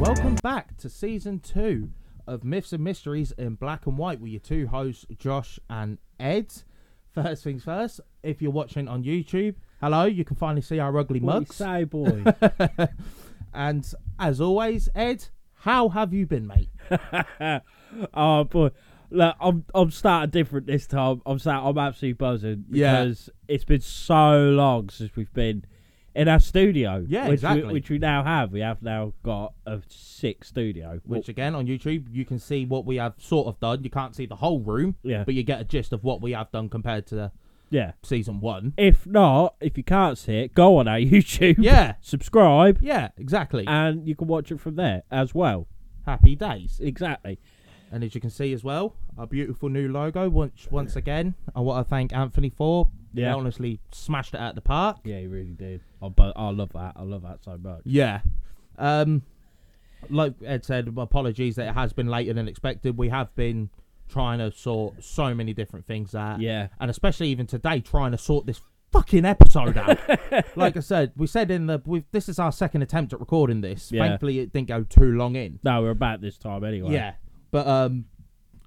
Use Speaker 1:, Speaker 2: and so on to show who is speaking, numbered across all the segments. Speaker 1: Welcome back to season two of Myths and Mysteries in Black and White with your two hosts, Josh and Ed. First things first, if you're watching on YouTube, hello, you can finally see our ugly
Speaker 2: What you
Speaker 1: mugs.
Speaker 2: say, boy?
Speaker 1: and as always, Ed, how have you been, mate?
Speaker 2: oh boy, look, I'm I'm starting different this time. I'm start, I'm absolutely buzzing
Speaker 1: Yeah.
Speaker 2: because it's been so long since we've been in our studio.
Speaker 1: Yeah,
Speaker 2: which
Speaker 1: exactly.
Speaker 2: We, which we now have. We have now got a sick studio.
Speaker 1: Which again on YouTube you can see what we have sort of done. You can't see the whole room,
Speaker 2: Yeah.
Speaker 1: but you get a gist of what we have done compared to
Speaker 2: yeah.
Speaker 1: season one.
Speaker 2: If not, if you can't see it, go on our YouTube.
Speaker 1: Yeah.
Speaker 2: Subscribe,
Speaker 1: Yeah, exactly.
Speaker 2: and you can watch it from there as well.
Speaker 1: Happy days.
Speaker 2: Exactly.
Speaker 1: And as you can see as well, our beautiful new logo. Once once again, I want to thank Anthony for.
Speaker 2: Yeah.
Speaker 1: He honestly smashed it out of the park.
Speaker 2: Yeah, you really did. I, bu- I love that. I love that so much.
Speaker 1: Yeah. Um, like Ed said, apologies that it has been later than expected. We have been trying to sort so many different things out.
Speaker 2: Yeah.
Speaker 1: And especially even today, trying to sort this fucking episode out. like I said, we said in the we this is our second attempt at recording this.
Speaker 2: Yeah.
Speaker 1: Thankfully, it didn't go too long in.
Speaker 2: No, we're about this time anyway.
Speaker 1: Yeah. But um,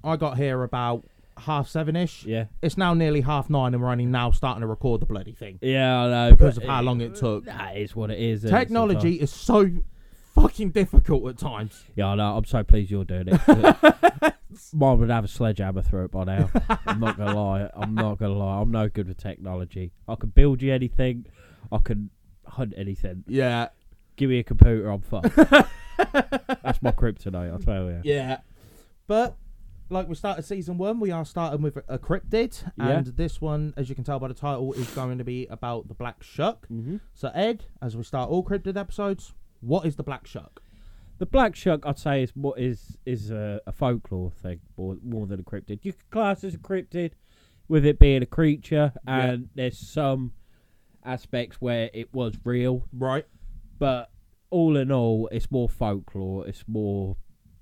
Speaker 1: I got here about half seven ish.
Speaker 2: Yeah.
Speaker 1: It's now nearly half nine, and we're only now starting to record the bloody thing
Speaker 2: Yeah, I know.
Speaker 1: because
Speaker 2: but
Speaker 1: of how long it took.
Speaker 2: That is what it is. isn't it,
Speaker 1: Technology is so fucking difficult at times.
Speaker 2: sometimes? Yeah, I know. I'm so pleased you're doing it. Mine would have a sledgehammer through it by now. I'm not gonna lie. I'm not gonna lie. I'm no good with technology. I can build you anything. I can hunt anything.
Speaker 1: Yeah,
Speaker 2: Give me a computer, I'm fucked. That's my kryptonite. I tell you.
Speaker 1: yeah. But like we started season one, we are starting with a cryptid,
Speaker 2: Yeah.
Speaker 1: and this one, as you can tell by the title, is going to be about the black shuck.
Speaker 2: Mm-hmm.
Speaker 1: So Ed, as we start all cryptid episodes, what is the black shuck?
Speaker 2: The black shark, I'd say, is what is is a, a folklore thing more, more than a cryptid. You could class it as a cryptid, with it being a creature,
Speaker 1: Yeah.
Speaker 2: and there's some aspects where it was real,
Speaker 1: Right.
Speaker 2: but all in all, it's more folklore. It's more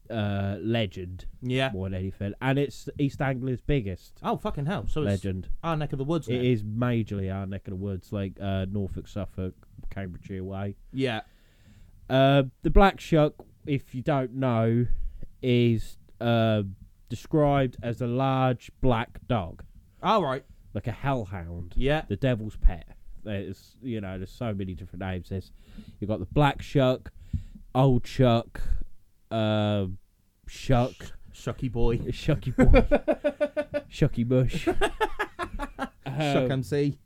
Speaker 2: uh, legend
Speaker 1: Yeah.
Speaker 2: more than anything, and it's East Anglia's biggest
Speaker 1: Oh fucking hell! So it's
Speaker 2: legend.
Speaker 1: our neck of the woods.
Speaker 2: It
Speaker 1: then.
Speaker 2: is majorly our neck of the woods, like uh, Norfolk, Suffolk, Cambridgeshire way.
Speaker 1: Yeah.
Speaker 2: Uh, the black shark, if you don't know, is uh, described as a large black dog,
Speaker 1: All right.
Speaker 2: like a hellhound,
Speaker 1: Yeah.
Speaker 2: the devil's pet. There's, you know, there's so many different names. There's, you've got the black shark, old shark, uh, shark,
Speaker 1: Shucky boy.
Speaker 2: shucky boy, shucky Um, bush.
Speaker 1: Shuck MC.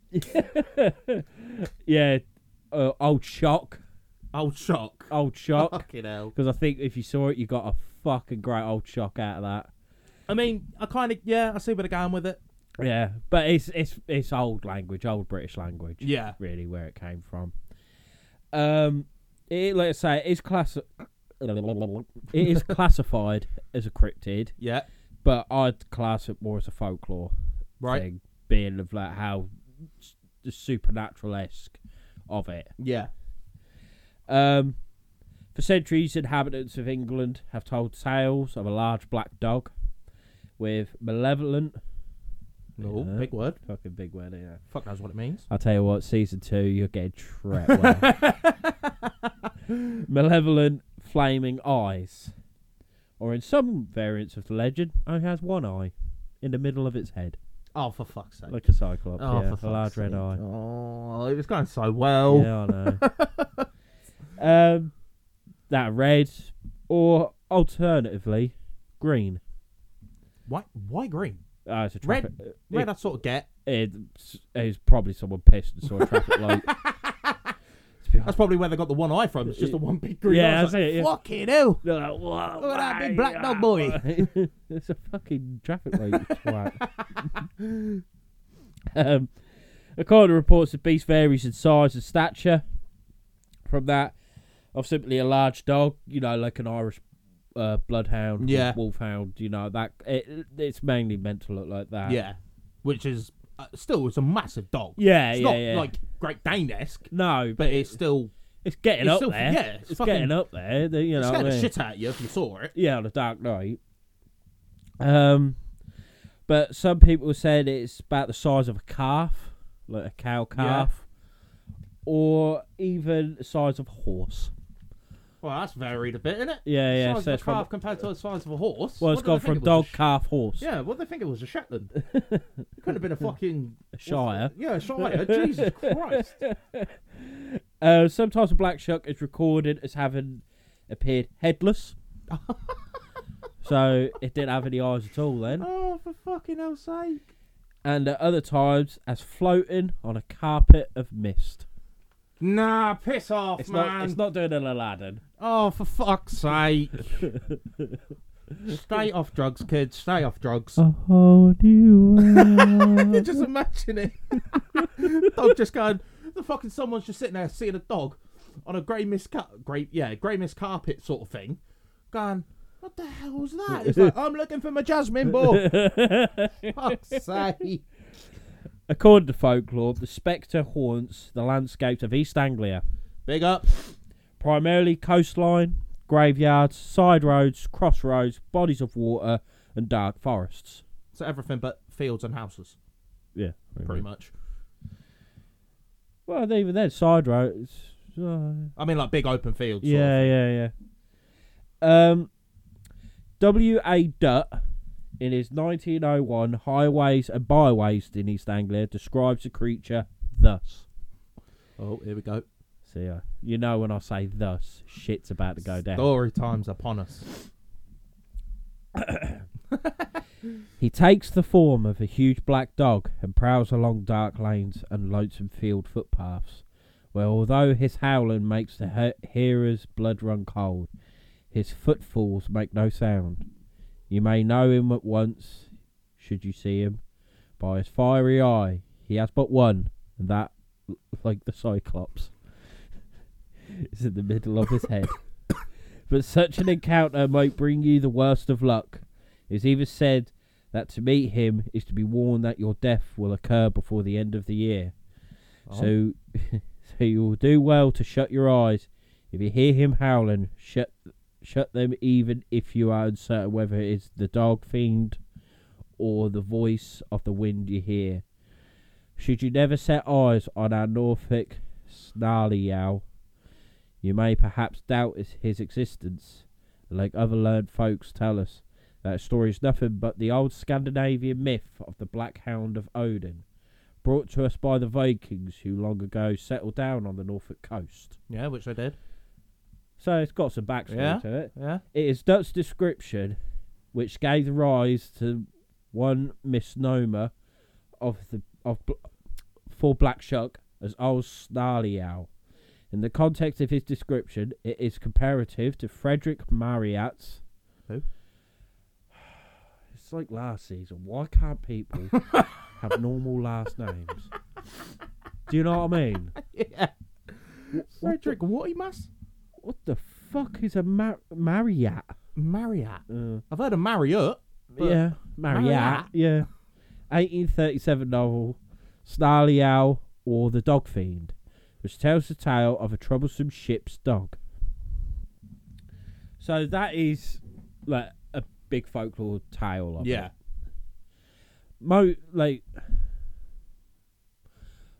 Speaker 2: yeah, uh, old shark,
Speaker 1: Old shock.
Speaker 2: old shark.
Speaker 1: Fucking hell.
Speaker 2: Because I think if you saw it, you got a fucking great old shock out of that.
Speaker 1: I mean, I kind of yeah, I see where they're going with it.
Speaker 2: Yeah, but it's it's it's old language, old British language.
Speaker 1: Yeah.
Speaker 2: really, where it came from. Um, it let's say it is class. It is classified as a cryptid,
Speaker 1: Yeah.
Speaker 2: but I'd class it more as a folklore
Speaker 1: Right.
Speaker 2: thing, being of like how s- the supernatural esque of it.
Speaker 1: Yeah.
Speaker 2: Um, for centuries, inhabitants of England have told tales of a large black dog with malevolent,
Speaker 1: No,
Speaker 2: Yeah.
Speaker 1: big word.
Speaker 2: fucking big word, yeah.
Speaker 1: Fuck knows what it means.
Speaker 2: I'll tell you what, season two, you're getting trapped. Malevolent flaming eyes. Or in some variants of the legend, only has one eye in the middle of its head.
Speaker 1: Oh, for fuck's sake.
Speaker 2: Like a cyclops.
Speaker 1: oh,
Speaker 2: yeah,
Speaker 1: for
Speaker 2: a
Speaker 1: fuck's
Speaker 2: large red
Speaker 1: sake.
Speaker 2: eye.
Speaker 1: Oh, it was going so well.
Speaker 2: Yeah, I know. um, that red, or alternatively, green.
Speaker 1: Why? Why green?
Speaker 2: Uh, it's a
Speaker 1: Red-
Speaker 2: traffic,
Speaker 1: Red, I sort of get.
Speaker 2: It, it's probably someone pissed and saw a traffic light. To be
Speaker 1: That's probably where they got the one eye from. It's just the one big green.
Speaker 2: Yeah,
Speaker 1: eye. I was
Speaker 2: that's
Speaker 1: like,
Speaker 2: it, yeah.
Speaker 1: Fucking hell.
Speaker 2: They're like, "Whoa,
Speaker 1: Look at that
Speaker 2: why
Speaker 1: big black dog
Speaker 2: are-
Speaker 1: boy."
Speaker 2: why?" it's a fucking traffic light. you twat. um, according to reports, the beast varies in size and stature. From that, of simply a large dog, you know, like an Irish uh, bloodhound,
Speaker 1: Yeah.
Speaker 2: wolfhound, you know, that it, it's mainly meant to look like that.
Speaker 1: Yeah, which is uh, still it's a massive dog.
Speaker 2: Yeah,
Speaker 1: it's
Speaker 2: yeah,
Speaker 1: not
Speaker 2: yeah.
Speaker 1: like Great Dane esque,
Speaker 2: no, but
Speaker 1: but it's still
Speaker 2: it's getting
Speaker 1: it's
Speaker 2: up
Speaker 1: still-
Speaker 2: there.
Speaker 1: yeah, it's
Speaker 2: it's
Speaker 1: fucking-
Speaker 2: getting up there. the- you know,
Speaker 1: it's
Speaker 2: what I
Speaker 1: scared the
Speaker 2: mean?
Speaker 1: shit out of you if you saw it.
Speaker 2: yeah, on a dark night. Um, but some people said it's about the size of a calf, like a cow calf, or even the size of a horse.
Speaker 1: Well, that's varied a bit, isn't it?
Speaker 2: Yeah, yeah.
Speaker 1: Size
Speaker 2: so
Speaker 1: of
Speaker 2: it's
Speaker 1: a
Speaker 2: from-
Speaker 1: calf compared to the size of a horse.
Speaker 2: well,
Speaker 1: What
Speaker 2: it's
Speaker 1: did
Speaker 2: gone
Speaker 1: they think
Speaker 2: from
Speaker 1: it was?
Speaker 2: dog,
Speaker 1: A sh-
Speaker 2: calf, horse.
Speaker 1: yeah, what they think it was a Shetland. it could have been a fucking
Speaker 2: a Shire.
Speaker 1: Yeah, a Shire. Jesus Christ.
Speaker 2: Uh, sometimes a black shark is recorded as having appeared headless. so it didn't have any eyes at all then.
Speaker 1: Oh, for fucking hell's sake.
Speaker 2: And at other times as floating on a carpet of mist.
Speaker 1: Nah, piss off,
Speaker 2: It's
Speaker 1: man.
Speaker 2: not it's not doing an Aladdin.
Speaker 1: Oh, for fuck's sake. stay off drugs, kids. Stay off drugs.
Speaker 2: A whole new
Speaker 1: you just imagine it. dog just going, the fucking someone's just sitting there seeing a dog on a grey mist, car- grey, yeah, grey mist carpet sort of thing, going, what the hell was that? It's like, I'm looking for my jasmine ball. Fuck's sake.
Speaker 2: According to folklore, the spectre haunts the landscapes of East Anglia,
Speaker 1: Big up.
Speaker 2: primarily coastline, graveyards, side roads, crossroads, bodies of water, and dark forests.
Speaker 1: So everything but fields and houses,
Speaker 2: Yeah,
Speaker 1: pretty much.
Speaker 2: Well, they even then side roads. uh,
Speaker 1: I mean, like big open fields. sort of
Speaker 2: yeah, yeah, yeah. Um, W. A. Dutt, in his 1901 Highways and Byways in East Anglia, describes the creature thus.
Speaker 1: Oh, here we go.
Speaker 2: See, uh, you know when I say thus, shit's about to go down.
Speaker 1: Story time's upon us.
Speaker 2: He takes the form of a huge black dog and prowls along dark lanes and lonesome field footpaths, where although his howling makes the he- hearer's blood run cold, his footfalls make no sound. You may know him at once, should you see him, by his fiery eye. He has but one, and that, l- like the Cyclops, is in the middle of his head. but such an encounter might bring you the worst of luck. It is even said that to meet him is to be warned that your death will occur before the end of the year.
Speaker 1: Oh.
Speaker 2: So, so you will do well to shut your eyes. If you hear him howling, shut shut them, even if you are uncertain whether it is the dog fiend or the voice of the wind you hear. Should you never set eyes on our Norfolk snarly owl, you may perhaps doubt his- his existence. Like other learned folks tell us, that story is nothing but the old Scandinavian myth of the Black Hound of Odin, brought to us by the Vikings who long ago settled down on the Norfolk coast.
Speaker 1: yeah, which I did.
Speaker 2: So it's got some backstory
Speaker 1: Yeah.
Speaker 2: to it.
Speaker 1: Yeah.
Speaker 2: It is Dutt's description which gave rise to one misnomer of the of bl- for Black Shuck as Old Snarly Owl. In the context of his description, it is comparative to Frederick Marriott's.
Speaker 1: Who?
Speaker 2: It's like last season. Why can't people have normal last names? Do you know what I mean?
Speaker 1: yeah. Frederick, what he must?
Speaker 2: What the fuck is a Mar- Marriott?
Speaker 1: Marriott.
Speaker 2: Uh,
Speaker 1: I've heard of Marriott. But-
Speaker 2: yeah, Marriott.
Speaker 1: Marriott.
Speaker 2: Yeah. 1837 novel, Snarly Owl or the Dog Fiend, which tells the tale of a troublesome ship's dog. So that is like a big folklore tale of
Speaker 1: Yeah.
Speaker 2: it. Mo like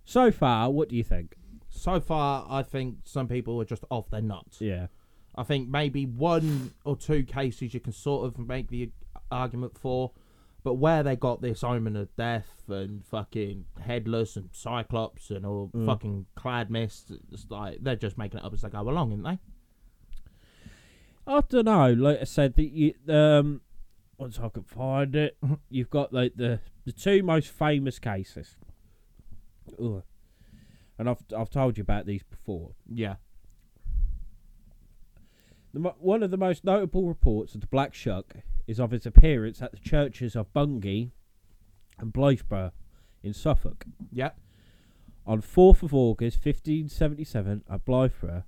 Speaker 2: so far, what do you think?
Speaker 1: So far, I think some people are just off their nuts.
Speaker 2: Yeah.
Speaker 1: I think maybe one or two cases you can sort of make the argument for, but where they got this omen of death and fucking headless and cyclops and all fucking clad mist, it's like they're just making it up as they go along, aren't they?
Speaker 2: I don't know. Like I said, that you um, once I could find it, you've got like the the two most famous cases. Ugh. And I've I've told you about these before.
Speaker 1: Yeah.
Speaker 2: The, mo- one of the most notable reports of the Black Shuck is of his appearance at the churches of Bungay and Blythburgh in Suffolk.
Speaker 1: Yeah.
Speaker 2: On 4th of August 1577 at Blythburgh,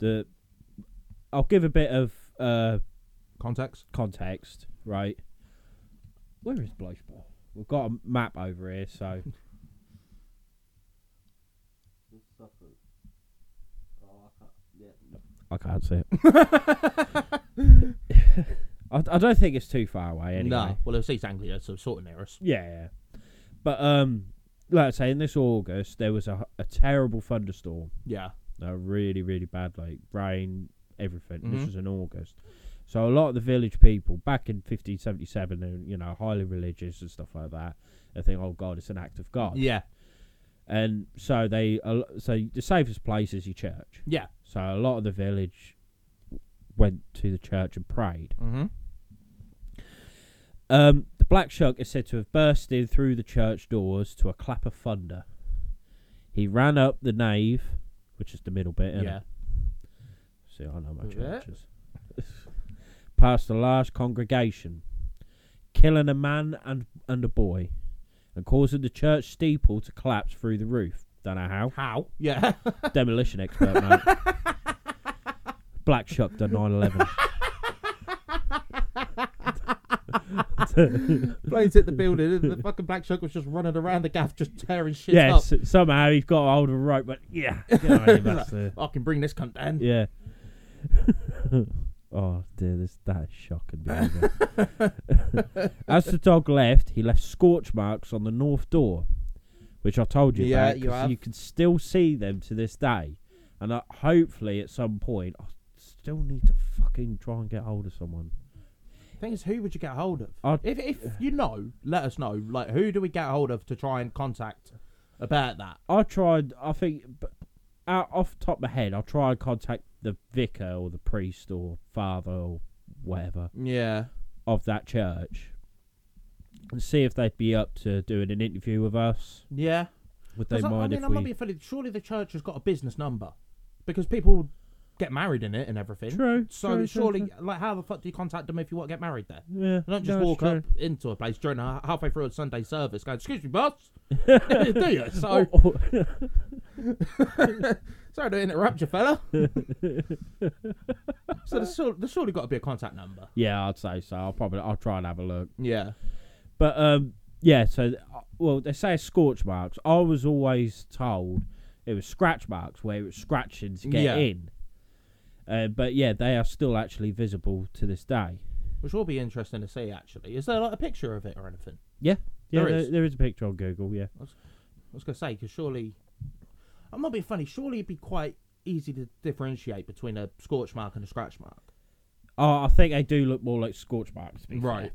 Speaker 2: the I'll give a bit of uh,
Speaker 1: Context.
Speaker 2: context, right? Where is Blythburgh? We've got a map over here, so I can't see it. I, I don't think it's too far away anyway.
Speaker 1: No, well, it's East Anglia, so it's sort of near us.
Speaker 2: Yeah, yeah. But um, like I say, in this August there was a, a terrible thunderstorm.
Speaker 1: Yeah.
Speaker 2: a really really bad like rain everything
Speaker 1: Mhm.
Speaker 2: this was in august so a lot of the village people back in 1577 and you know highly religious and stuff like that they think oh god it's an act of god
Speaker 1: Yeah.
Speaker 2: and so they a lo- so the safest place is your church
Speaker 1: Yeah.
Speaker 2: so a lot of the village went to the church and prayed
Speaker 1: Mm-hmm.
Speaker 2: um, the black shark is said to have burst in through the church doors to a clap of thunder he ran up the nave which is the middle bit
Speaker 1: Yeah.
Speaker 2: innit? See, I know my
Speaker 1: Yeah.
Speaker 2: churches. Past the large congregation, killing a man and and a boy, and causing the church steeple to collapse through the roof. Don't know how.
Speaker 1: How? Yeah.
Speaker 2: Demolition expert, mate. Black Shuck done 9 11.
Speaker 1: Flames hit the building, and the fucking black shark was just running around the gaff, just tearing shit up.
Speaker 2: Yes, somehow he's got hold of a rope, but yeah. Get away, that's the-
Speaker 1: I can bring this cunt down.
Speaker 2: Yeah. oh dear, this that is shocking. behaviour. As the dog left, he left scorch marks on the north door, which I told you
Speaker 1: Yeah,
Speaker 2: about.
Speaker 1: you
Speaker 2: 'cause
Speaker 1: have.
Speaker 2: can still see them to this day, and I, hopefully at some point, I still need to fucking try and get hold of someone.
Speaker 1: Thing is, who would you get hold of?
Speaker 2: I'd-
Speaker 1: if if you know, let us know. Like, who do we get hold of to try and contact about that?
Speaker 2: I tried. I think but out off the top of my head, I'll try and contact the vicar or the priest or father or whatever.
Speaker 1: Yeah.
Speaker 2: of that church and see if they'd be up to doing an interview with us.
Speaker 1: Yeah.
Speaker 2: Would they
Speaker 1: 'Cause I, I
Speaker 2: mind
Speaker 1: mean,
Speaker 2: if
Speaker 1: I'm
Speaker 2: we?
Speaker 1: not being funny. Surely the church has got a business number, because people get married in it and everything.
Speaker 2: True.
Speaker 1: So
Speaker 2: true, true,
Speaker 1: surely,
Speaker 2: true.
Speaker 1: like, how the fuck do you contact them if you want to get married there?
Speaker 2: yeah.
Speaker 1: You don't just
Speaker 2: no, it's
Speaker 1: walk
Speaker 2: true.
Speaker 1: up into a place during a, halfway through a Sunday service going, "Excuse me, boss." do you? So
Speaker 2: Oh, oh.
Speaker 1: sorry to interrupt you, fella. so there's, sur- there's surely got to be a contact number.
Speaker 2: yeah, I'd say so. I'll probably I'll try and have a look.
Speaker 1: Yeah.
Speaker 2: But um, yeah. So th- uh, well, they say scorch marks. I was always told it was scratch marks where it was scratching to get
Speaker 1: Yeah.
Speaker 2: in. Uh, but yeah, they are still actually visible to this day.
Speaker 1: Which will be interesting to see. Actually, is there like a picture of it or anything?
Speaker 2: Yeah,
Speaker 1: There
Speaker 2: there,
Speaker 1: is.
Speaker 2: there is a picture on Google. Yeah.
Speaker 1: I was gonna say because surely, I'm not being funny. Surely it'd be quite easy to differentiate between a scorch mark and a scratch mark.
Speaker 2: Oh, I think they do look more like scorch marks. to be fair.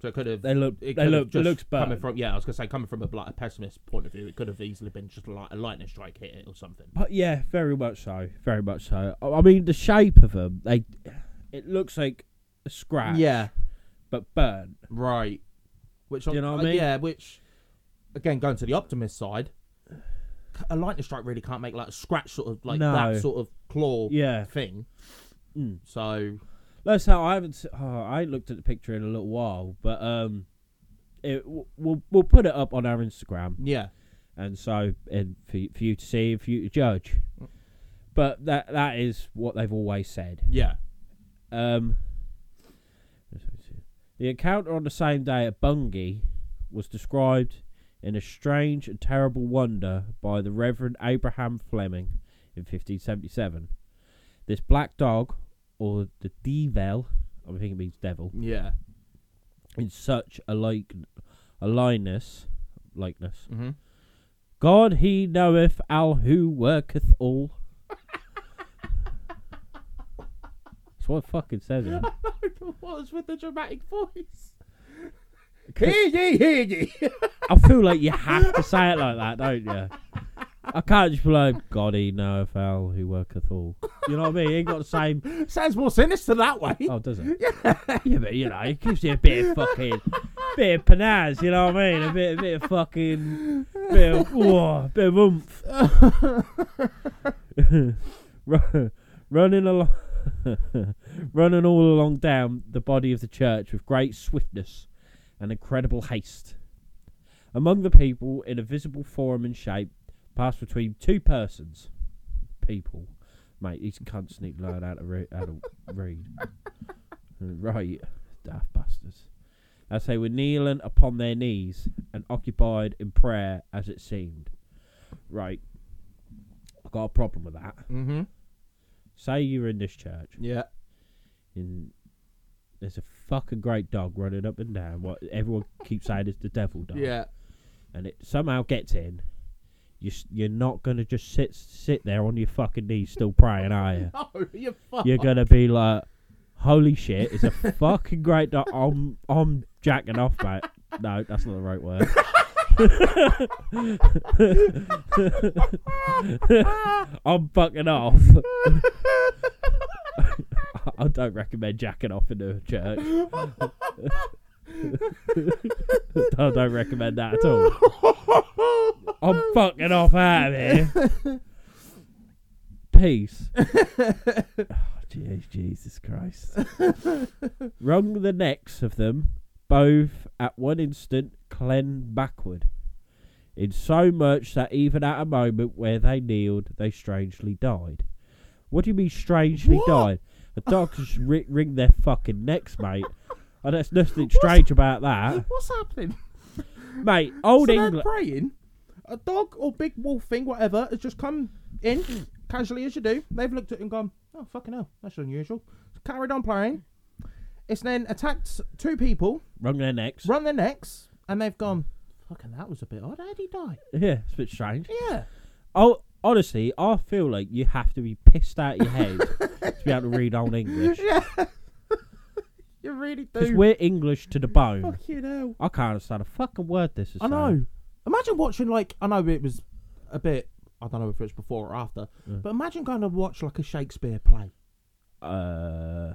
Speaker 1: So it could have.
Speaker 2: They look.
Speaker 1: It
Speaker 2: they
Speaker 1: could
Speaker 2: look.
Speaker 1: have just
Speaker 2: looks bad.
Speaker 1: coming from yeah. I was gonna say coming from a, like, a pessimist point of view, it could have easily been just like a lightning strike hit it or something.
Speaker 2: But yeah, very much so. Very much so. I I mean, the shape of them, they, it looks like a scratch. But burnt.
Speaker 1: Right. Which
Speaker 2: Do you know what I
Speaker 1: uh,
Speaker 2: mean?
Speaker 1: Yeah, which again going to the optimist side, a lightning strike really can't make like a scratch sort of like
Speaker 2: No.
Speaker 1: that sort of claw
Speaker 2: Yeah.
Speaker 1: thing.
Speaker 2: Mm.
Speaker 1: So
Speaker 2: That's how I haven't. se- Oh, I ain't looked at the picture in a little while, but um, it w- we'll we'll put it up on our Instagram,
Speaker 1: yeah,
Speaker 2: and so and for y- for you to see, and for you to judge. But that that is what they've always said.
Speaker 1: yeah,
Speaker 2: Um, the encounter on the same day at Bungay was described in a strange and terrible wonder by the Reverend Abraham Fleming in 1577. This black dog, or the devil, I think it means devil,
Speaker 1: yeah.
Speaker 2: in such a like a likeness, likeness.
Speaker 1: Mm-hmm.
Speaker 2: God he knoweth al who worketh all. That's what it fucking says. it.
Speaker 1: what was with the dramatic voice? hear ye, hear ye.
Speaker 2: I feel like you have to say it like that, don't you? I can't just be like, God, he knoweth all who worketh all. You know what I mean? He ain't got the same.
Speaker 1: Sounds more sinister that way.
Speaker 2: Oh, does it? Yeah. but you know, it gives you a bit of fucking, bit of panaz. You know what I mean? A bit, a bit of fucking, bit of, whoa, bit of oomph. Ru- running along, running all along down the body of the church with great swiftness and incredible haste. Among the people, in a visible form and shape, passed between two persons. People, mate, these cunts need to learn how to, re- how to read. Right, daft bastards. as they were kneeling upon their knees and occupied in prayer as it seemed. Right. I've got a problem with that.
Speaker 1: Mm-hmm.
Speaker 2: Say you're in this church
Speaker 1: Yeah.
Speaker 2: and there's a fucking great dog running up and down what everyone keeps saying is the devil dog.
Speaker 1: Yeah.
Speaker 2: And it somehow gets in. You, s- you're not going to just sit sit there on your fucking knees still praying, are you?
Speaker 1: No, you fuck.
Speaker 2: you're gonna be like, "Holy shit!" It's a fucking great. Do- I'm I'm jacking off, mate. No, that's not the right word. I'm fucking off. I don't recommend jacking off in a church. I don't recommend that at all. I'm fucking off out of here. Peace. Oh, jeez, Jesus Christ. Wrung the necks of them, both at one instant cleaned backward, in so much that even at a moment where they kneeled, they strangely died. What do you mean strangely
Speaker 1: What?
Speaker 2: died? A dog just ri- wring their fucking necks, mate. And there's nothing strange about that.
Speaker 1: What's happening?
Speaker 2: Mate, old
Speaker 1: so they're
Speaker 2: England.
Speaker 1: praying. A dog or big wolf thing, whatever, has just come in casually as you do. They've looked at it and gone, "Oh fucking hell, that's unusual." carried on playing. It's then attacked two people,
Speaker 2: Wrung their necks.
Speaker 1: run their necks, and they've gone, "Fucking that was a bit odd. How would he die?"
Speaker 2: Yeah, it's a bit strange.
Speaker 1: Yeah.
Speaker 2: Oh, honestly, I feel like you have to be pissed out of your head to be able to read Old English.
Speaker 1: Yeah. you really
Speaker 2: Because
Speaker 1: do.
Speaker 2: we're English to the bone.
Speaker 1: Fucking hell.
Speaker 2: I can't understand a fucking word this is.
Speaker 1: I
Speaker 2: saying.
Speaker 1: know. Imagine watching like I know it was a bit. I don't know if it was before or after, but imagine going to watch like a Shakespeare play.
Speaker 2: Uh,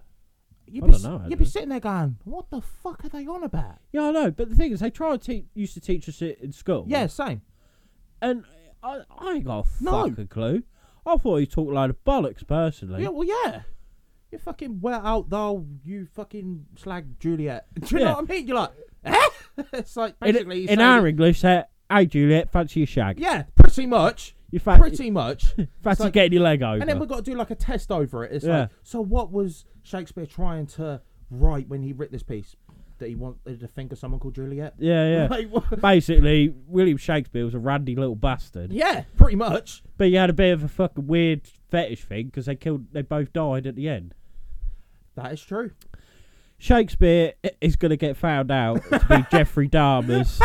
Speaker 1: You'd
Speaker 2: I
Speaker 1: be,
Speaker 2: don't
Speaker 1: s-
Speaker 2: know,
Speaker 1: You'd be
Speaker 2: Andrew.
Speaker 1: sitting there going, "What the fuck are they on about?"
Speaker 2: yeah, I know. But the thing is, they try to teach used to teach us it in school.
Speaker 1: Yeah, same.
Speaker 2: and I, I ain't got a
Speaker 1: No.
Speaker 2: fucking clue. I thought you talked a load of bollocks personally.
Speaker 1: Yeah, well, yeah. You fucking wear out though. You fucking slag Juliet. Do you
Speaker 2: Yeah.
Speaker 1: know what I mean? You're like, eh? it's like
Speaker 2: in
Speaker 1: basically you
Speaker 2: in
Speaker 1: say-
Speaker 2: our English, they hey Juliet, fancy your shag?
Speaker 1: Yeah, pretty much.
Speaker 2: You fa-
Speaker 1: pretty much. It's
Speaker 2: fancy
Speaker 1: like-
Speaker 2: getting your leg over?
Speaker 1: And then we've got to do like a test over it. It's
Speaker 2: Yeah.
Speaker 1: like, so what was Shakespeare trying to write when he wrote this piece? That he wanted to think of someone called Juliet?
Speaker 2: yeah, yeah.
Speaker 1: Like, what-
Speaker 2: Basically, William Shakespeare was a randy little bastard.
Speaker 1: yeah, pretty much.
Speaker 2: But you had a bit of a fucking weird fetish thing because they killed, they both died at the end.
Speaker 1: That is true.
Speaker 2: Shakespeare i- is going to get found out to be Jeffrey Dahmer's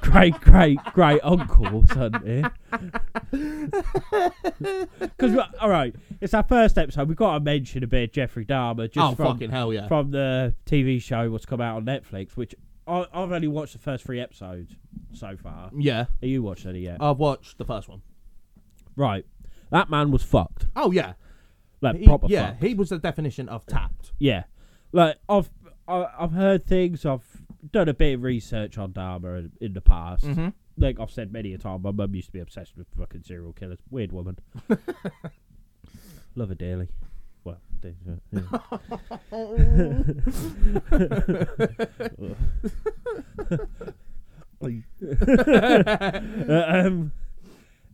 Speaker 2: great, great, great uncle or something. Because, all right, it's our first episode. We've got to mention a bit of Jeffrey Dahmer just
Speaker 1: oh,
Speaker 2: from,
Speaker 1: fucking hell yeah.
Speaker 2: from the TV show what's come out on Netflix, which I, I've only watched the first three episodes so far.
Speaker 1: yeah.
Speaker 2: Have you watched any yet?
Speaker 1: I've watched the first one.
Speaker 2: right. That man was fucked.
Speaker 1: Oh, yeah.
Speaker 2: Like,
Speaker 1: He-
Speaker 2: proper
Speaker 1: yeah,
Speaker 2: fucked.
Speaker 1: he was the definition of tapped.
Speaker 2: Yeah, like I've I, I've heard things. I've done a bit of research on Dharma in, in the past.
Speaker 1: Mm-hmm.
Speaker 2: Like I've said many a time, my mum used to be obsessed with fucking serial killers. Weird woman. Love her dearly. Well, do- yeah. Uh, um,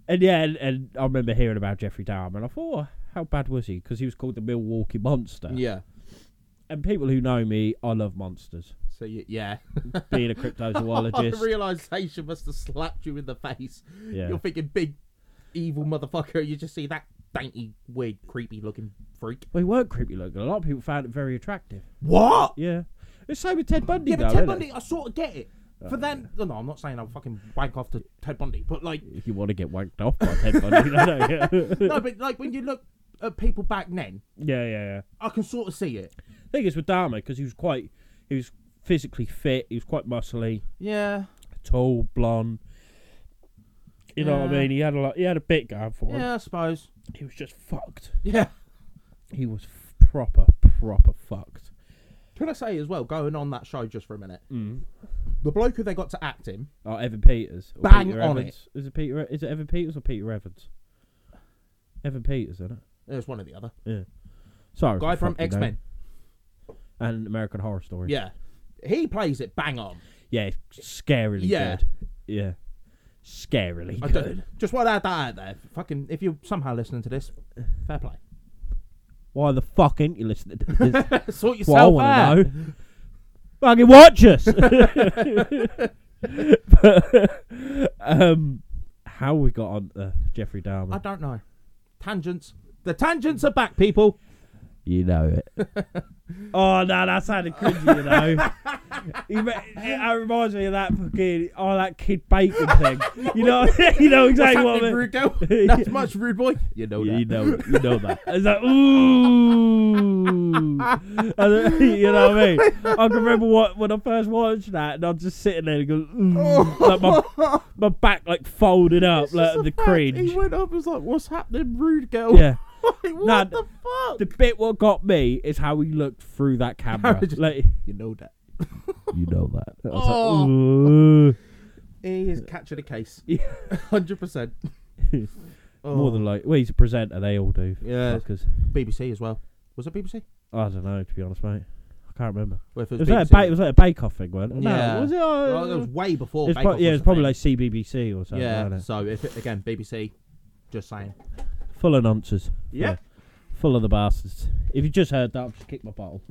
Speaker 2: and yeah, and, and I remember hearing about Jeffrey Dahmer, and I thought, oh, how bad was he? Because he was called the Milwaukee Monster.
Speaker 1: Yeah.
Speaker 2: And people who know me, I love monsters.
Speaker 1: So, you, yeah.
Speaker 2: Being a
Speaker 1: the
Speaker 2: cryptozoologist,
Speaker 1: realization must have slapped you in the face.
Speaker 2: Yeah.
Speaker 1: You're thinking, big evil motherfucker. You just see that dainty, weird, creepy looking freak.
Speaker 2: we weren't creepy looking. A lot of people found it very attractive.
Speaker 1: What?
Speaker 2: Yeah, it's same with Ted Bundy.
Speaker 1: Yeah, but
Speaker 2: though,
Speaker 1: Ted
Speaker 2: innit?
Speaker 1: Bundy, I sort of get it. For them, no, no, I'm not saying I'll fucking wank off to Ted Bundy, but like,
Speaker 2: If you want to get wanked off by Ted Bundy, no, no, yeah. yeah,
Speaker 1: no, but like when you look at people back then,
Speaker 2: yeah, yeah.
Speaker 1: I can sort of see it.
Speaker 2: Thing is with Dahmer because he was quite, he was physically fit. He was quite muscly,
Speaker 1: Yeah,
Speaker 2: tall, blonde. You know what I
Speaker 1: Yeah.
Speaker 2: mean? He had a lot. He had a bit going for him.
Speaker 1: yeah, I suppose.
Speaker 2: He was just fucked.
Speaker 1: Yeah.
Speaker 2: He was f- proper, proper fucked.
Speaker 1: Can I say as well, going on that show just for a minute, the bloke who they got to act him,
Speaker 2: Oh, Evan Peters. Or
Speaker 1: Bang
Speaker 2: Peter
Speaker 1: on
Speaker 2: Evans. Is it Peter? E, Is it Evan Peters or Peter Evans? Evan Peters, isn't it?
Speaker 1: there's one or the other,
Speaker 2: Yeah. Sorry.
Speaker 1: guy
Speaker 2: for
Speaker 1: from
Speaker 2: fucking
Speaker 1: X Men.
Speaker 2: name. and American Horror Story.
Speaker 1: Yeah, he plays it bang on.
Speaker 2: Yeah. it's Scarily
Speaker 1: Yeah.
Speaker 2: good. Yeah. Scarily
Speaker 1: I
Speaker 2: good.
Speaker 1: don't, just want to add that out there. Fucking, if you're somehow listening to this, fair play.
Speaker 2: Why the fuck ain't you listening to this?
Speaker 1: sort
Speaker 2: what I
Speaker 1: yourself
Speaker 2: want
Speaker 1: out.
Speaker 2: to know. fucking watch us. but, um, how we got on uh, Jeffrey Dahmer?
Speaker 1: I don't know. Tangents. The tangents are back, people.
Speaker 2: You know it. oh no, that sounded cringy, you know. He re- it, that reminds me of that fucking oh that kid bacon thing. you know, you know exactly what I mean.
Speaker 1: What's happening, rude girl? That's much rude boy. You know that.
Speaker 2: You know, you know that. It's like ooh, I don't- you know what I mean. I can remember what when I first watched that, and I'm just sitting there and going, ooh, like my my back like folded up,
Speaker 1: It's just
Speaker 2: like
Speaker 1: a
Speaker 2: the
Speaker 1: fact. He
Speaker 2: cringe.
Speaker 1: went up and was like, "What's happening, rude girl?"
Speaker 2: Yeah.
Speaker 1: like, what
Speaker 2: Nah,
Speaker 1: the fuck?
Speaker 2: The bit what got me is how he looked through that camera.
Speaker 1: How did you-
Speaker 2: Like,
Speaker 1: you know that.
Speaker 2: you know that. I was
Speaker 1: Oh.
Speaker 2: like, "Ooh."
Speaker 1: He is catching a case.
Speaker 2: Yeah.
Speaker 1: Hundred percent. Oh,
Speaker 2: More than like, well, he's a presenter. They all do.
Speaker 1: Yeah.
Speaker 2: Fuckers.
Speaker 1: BBC as well. Was it BBC?
Speaker 2: I don't know to be honest, mate. I can't remember.
Speaker 1: Well, if it
Speaker 2: Was,
Speaker 1: was,
Speaker 2: that a
Speaker 1: BBC
Speaker 2: ba- was that a Bake Off thing? Wasn't it?
Speaker 1: Yeah.
Speaker 2: No, was it?
Speaker 1: Well, that was
Speaker 2: Uh,
Speaker 1: way before.
Speaker 2: it's
Speaker 1: Bake
Speaker 2: pro-
Speaker 1: Off
Speaker 2: yeah,
Speaker 1: or
Speaker 2: it's probably
Speaker 1: something.
Speaker 2: like CBBC or something.
Speaker 1: yeah.
Speaker 2: Yeah,
Speaker 1: So if it, again BBC, just saying.
Speaker 2: full of nonsense.
Speaker 1: Yeah.
Speaker 2: full of the bastards. If you just heard that, I've just kicked my bottle.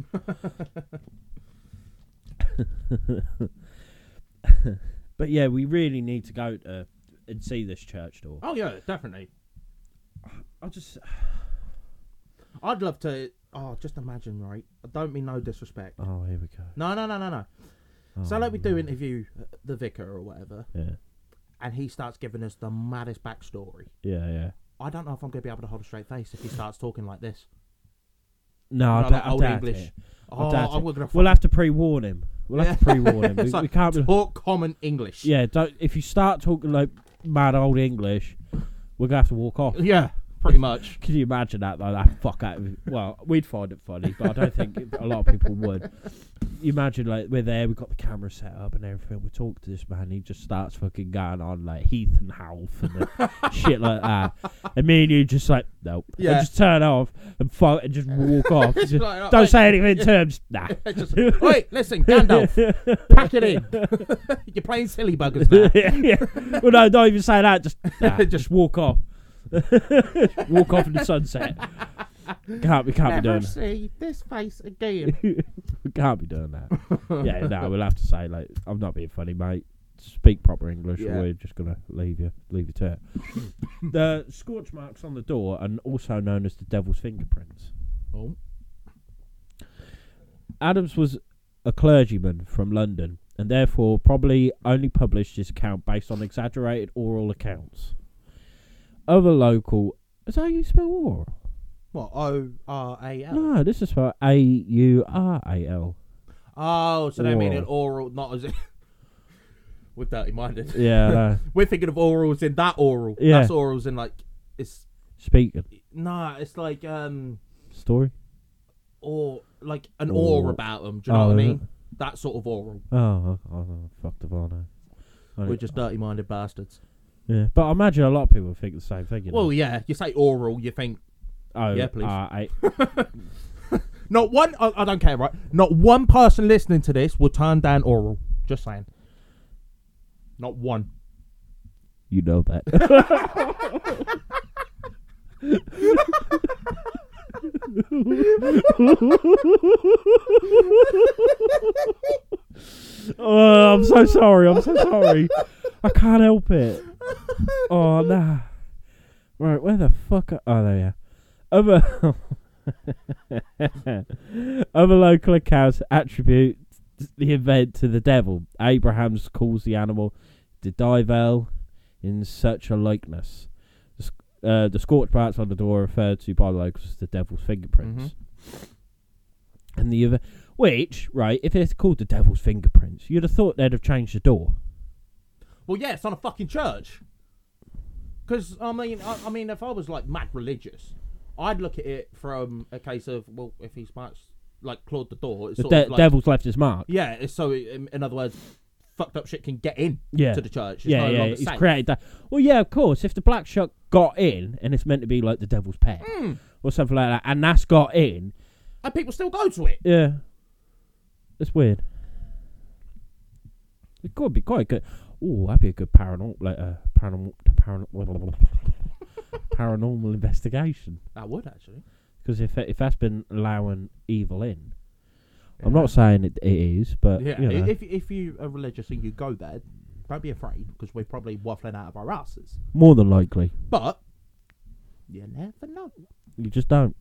Speaker 2: but yeah, we really need to go to, and see this church door.
Speaker 1: Oh yeah, definitely.
Speaker 2: I just
Speaker 1: I'd love to. Oh, just imagine, right? I don't mean no disrespect.
Speaker 2: oh here we go.
Speaker 1: No, no, no, no, no.
Speaker 2: Oh,
Speaker 1: so like we do interview uh, the vicar or whatever,
Speaker 2: Yeah,
Speaker 1: and he starts giving us the maddest backstory.
Speaker 2: yeah, yeah.
Speaker 1: I don't know if I'm going to be able to hold a straight face if he starts talking like this.
Speaker 2: No, I
Speaker 1: Like
Speaker 2: d-
Speaker 1: that
Speaker 2: I
Speaker 1: old
Speaker 2: doubt
Speaker 1: English.
Speaker 2: it.
Speaker 1: Oh,
Speaker 2: doubt it.
Speaker 1: I'm going to
Speaker 2: We'll have to pre-warn him. We'll have to pre-warn him. We,
Speaker 1: It's
Speaker 2: we
Speaker 1: like,
Speaker 2: can't. Be,
Speaker 1: talk common English.
Speaker 2: yeah, don't. If you start talking like mad old English, we're gonna have to walk off.
Speaker 1: Yeah, pretty much.
Speaker 2: Can you imagine that though? That fuck out. of- Well, we'd find it funny, but I don't think a lot of people would. You imagine like we're there, we've got the camera set up and everything. We talk to this man, he just starts fucking going on like Heath and Half and the shit like that. And me and you just like nope. And
Speaker 1: Yeah.
Speaker 2: just turn off and fo- and just walk off.
Speaker 1: It's
Speaker 2: Just-
Speaker 1: like,
Speaker 2: don't
Speaker 1: wait,
Speaker 2: say anything in terms. Nah.
Speaker 1: it's just, wait, listen, Gandalf, pack it in. You're playing silly buggers now.
Speaker 2: yeah. Well, no, don't even say that. Just, nah,
Speaker 1: Just-
Speaker 2: just walk off. walk off in the sunset. Can't we can't be
Speaker 1: Never
Speaker 2: doing.
Speaker 1: see this face again.
Speaker 2: we can't be doing that. yeah, no, we'll have to say like I'm not being funny, mate. Speak proper English,
Speaker 1: Yeah.
Speaker 2: or we're just gonna leave you, leave you to it. the scorch marks on the door, and also known as the devil's fingerprints.
Speaker 1: Oh.
Speaker 2: Adams was a clergyman from London, and therefore probably only published his account based on exaggerated oral accounts. Other local, is that how you spell oral?
Speaker 1: What? O R A L.
Speaker 2: No, this is for A U R A L.
Speaker 1: Oh, so they mean an
Speaker 2: Oral.
Speaker 1: oral, not as. We're dirty minded.
Speaker 2: Yeah, no.
Speaker 1: We're thinking of orals in that oral.
Speaker 2: Yeah.
Speaker 1: That's orals in like. It's.
Speaker 2: speaking
Speaker 1: Nah, it's like. um
Speaker 2: story.
Speaker 1: Or. Like an
Speaker 2: Or-
Speaker 1: awe about them. Do you know
Speaker 2: Oh,
Speaker 1: what I
Speaker 2: is
Speaker 1: mean? That sort of oral.
Speaker 2: Oh, I, I, fuck the Varno. I
Speaker 1: We're
Speaker 2: don't-
Speaker 1: just dirty minded bastards.
Speaker 2: yeah, but I imagine a lot of people think the same thing. You know?
Speaker 1: Well, yeah, you say oral, you think.
Speaker 2: oh,
Speaker 1: yeah, please.
Speaker 2: uh, I,
Speaker 1: Not one. I, I don't care, right? Not one person listening to this will turn down oral. Just saying. Not one.
Speaker 2: you know that. oh, I'm so sorry. I'm so sorry. I can't help it. Oh nah. Right, where the fuck? Are, oh, there you are. Other other local accounts attribute the event to the devil. Abraham's calls the animal the Divel in such a likeness. The, sc- uh, the scorch marks on the door are referred to by locals as the devil's fingerprints. And the other, which right, if it's called the devil's fingerprints, you'd have thought they'd have changed the door.
Speaker 1: Well, yeah, it's on a fucking church. Because I mean, I, I mean, if I was like mad religious, I'd look at it from a case of well, if he's much like clawed the door, it's
Speaker 2: The
Speaker 1: sort
Speaker 2: de-
Speaker 1: of like,
Speaker 2: devil's left his mark.
Speaker 1: yeah. It's so in, in other words, fucked up shit can get in
Speaker 2: Yeah.
Speaker 1: to the church. It's
Speaker 2: yeah,
Speaker 1: no
Speaker 2: yeah,
Speaker 1: longer
Speaker 2: he's
Speaker 1: safe.
Speaker 2: created that. Well, yeah, of course. If the black shark got in, and it's meant to be like the devil's pet
Speaker 1: Hmm.
Speaker 2: or something like that, and that's got in,
Speaker 1: and people still go to it.
Speaker 2: Yeah. It's weird. It could be quite good. Oh, that'd be a good paranormal, like uh, paranormal, paranormal, paranormal investigation.
Speaker 1: I would actually.
Speaker 2: Because if if that's been allowing evil in, I'm not saying it, it is, but
Speaker 1: Yeah,
Speaker 2: Uh, you know.
Speaker 1: if if you are religious and you go there, don't be afraid because we're probably waffling out of our asses.
Speaker 2: more than likely,
Speaker 1: But you never know.
Speaker 2: you just don't.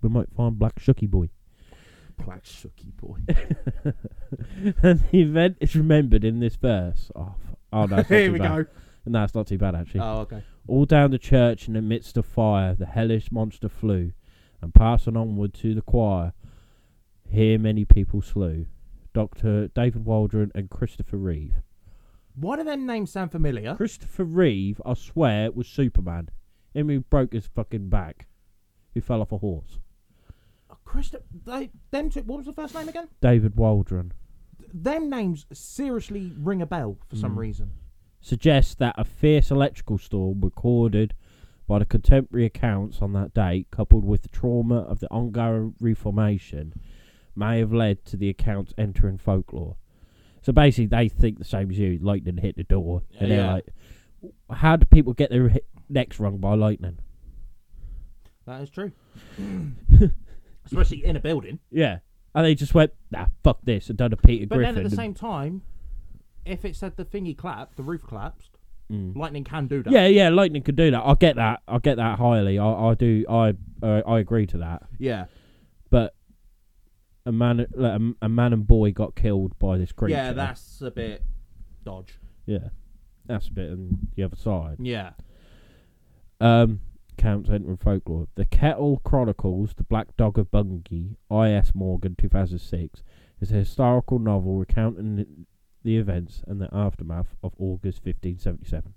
Speaker 2: We might find Black Shucky Boy.
Speaker 1: Black Shooky boy.
Speaker 2: and the event is remembered in this verse. Oh, f- oh no, it's not
Speaker 1: Here
Speaker 2: too
Speaker 1: we
Speaker 2: bad.
Speaker 1: go.
Speaker 2: No, it's not too bad actually.
Speaker 1: Oh, okay.
Speaker 2: All down the church and amidst the fire, the hellish monster flew, and passing onward to the choir, here many people slew. Doctor David Waldron and Christopher Reeve.
Speaker 1: Why do them names sound familiar?
Speaker 2: Christopher Reeve, I swear, was Superman. Him who broke his fucking back, who fell off a horse.
Speaker 1: Christopher, Oh, they, them two, what was the first name again?
Speaker 2: David Waldron
Speaker 1: Them names seriously ring a bell for
Speaker 2: Hmm.
Speaker 1: some reason.
Speaker 2: suggests that a fierce electrical storm recorded by the contemporary accounts on that date, coupled with the trauma of the ongoing reformation, may have led to the accounts entering folklore. So basically, they think the same as you lightning hit the door. And they're
Speaker 1: Yeah.
Speaker 2: like, how do people get their hit- necks wrung by lightning?
Speaker 1: That is true. Especially in a building.
Speaker 2: Yeah. And they just went, nah, fuck this, and done a Peter
Speaker 1: But
Speaker 2: Griffin.
Speaker 1: then at the
Speaker 2: and-
Speaker 1: same time, if it said the thingy clapped, the roof collapsed, lightning can do that.
Speaker 2: Hmm. yeah, yeah, lightning could do that. I get that. I get that highly. I, I do. I, uh, I agree to that.
Speaker 1: Yeah.
Speaker 2: but a man like, a, a man and boy got killed by this creature.
Speaker 1: Yeah, that's a bit dodge.
Speaker 2: yeah, that's a bit on the other side.
Speaker 1: Yeah.
Speaker 2: Um, Counts entering folklore. The Kettle Chronicles, The Black Dog of Bungay, I.S. Morgan, 2006, is a historical novel recounting the- the events and the aftermath of August 1577.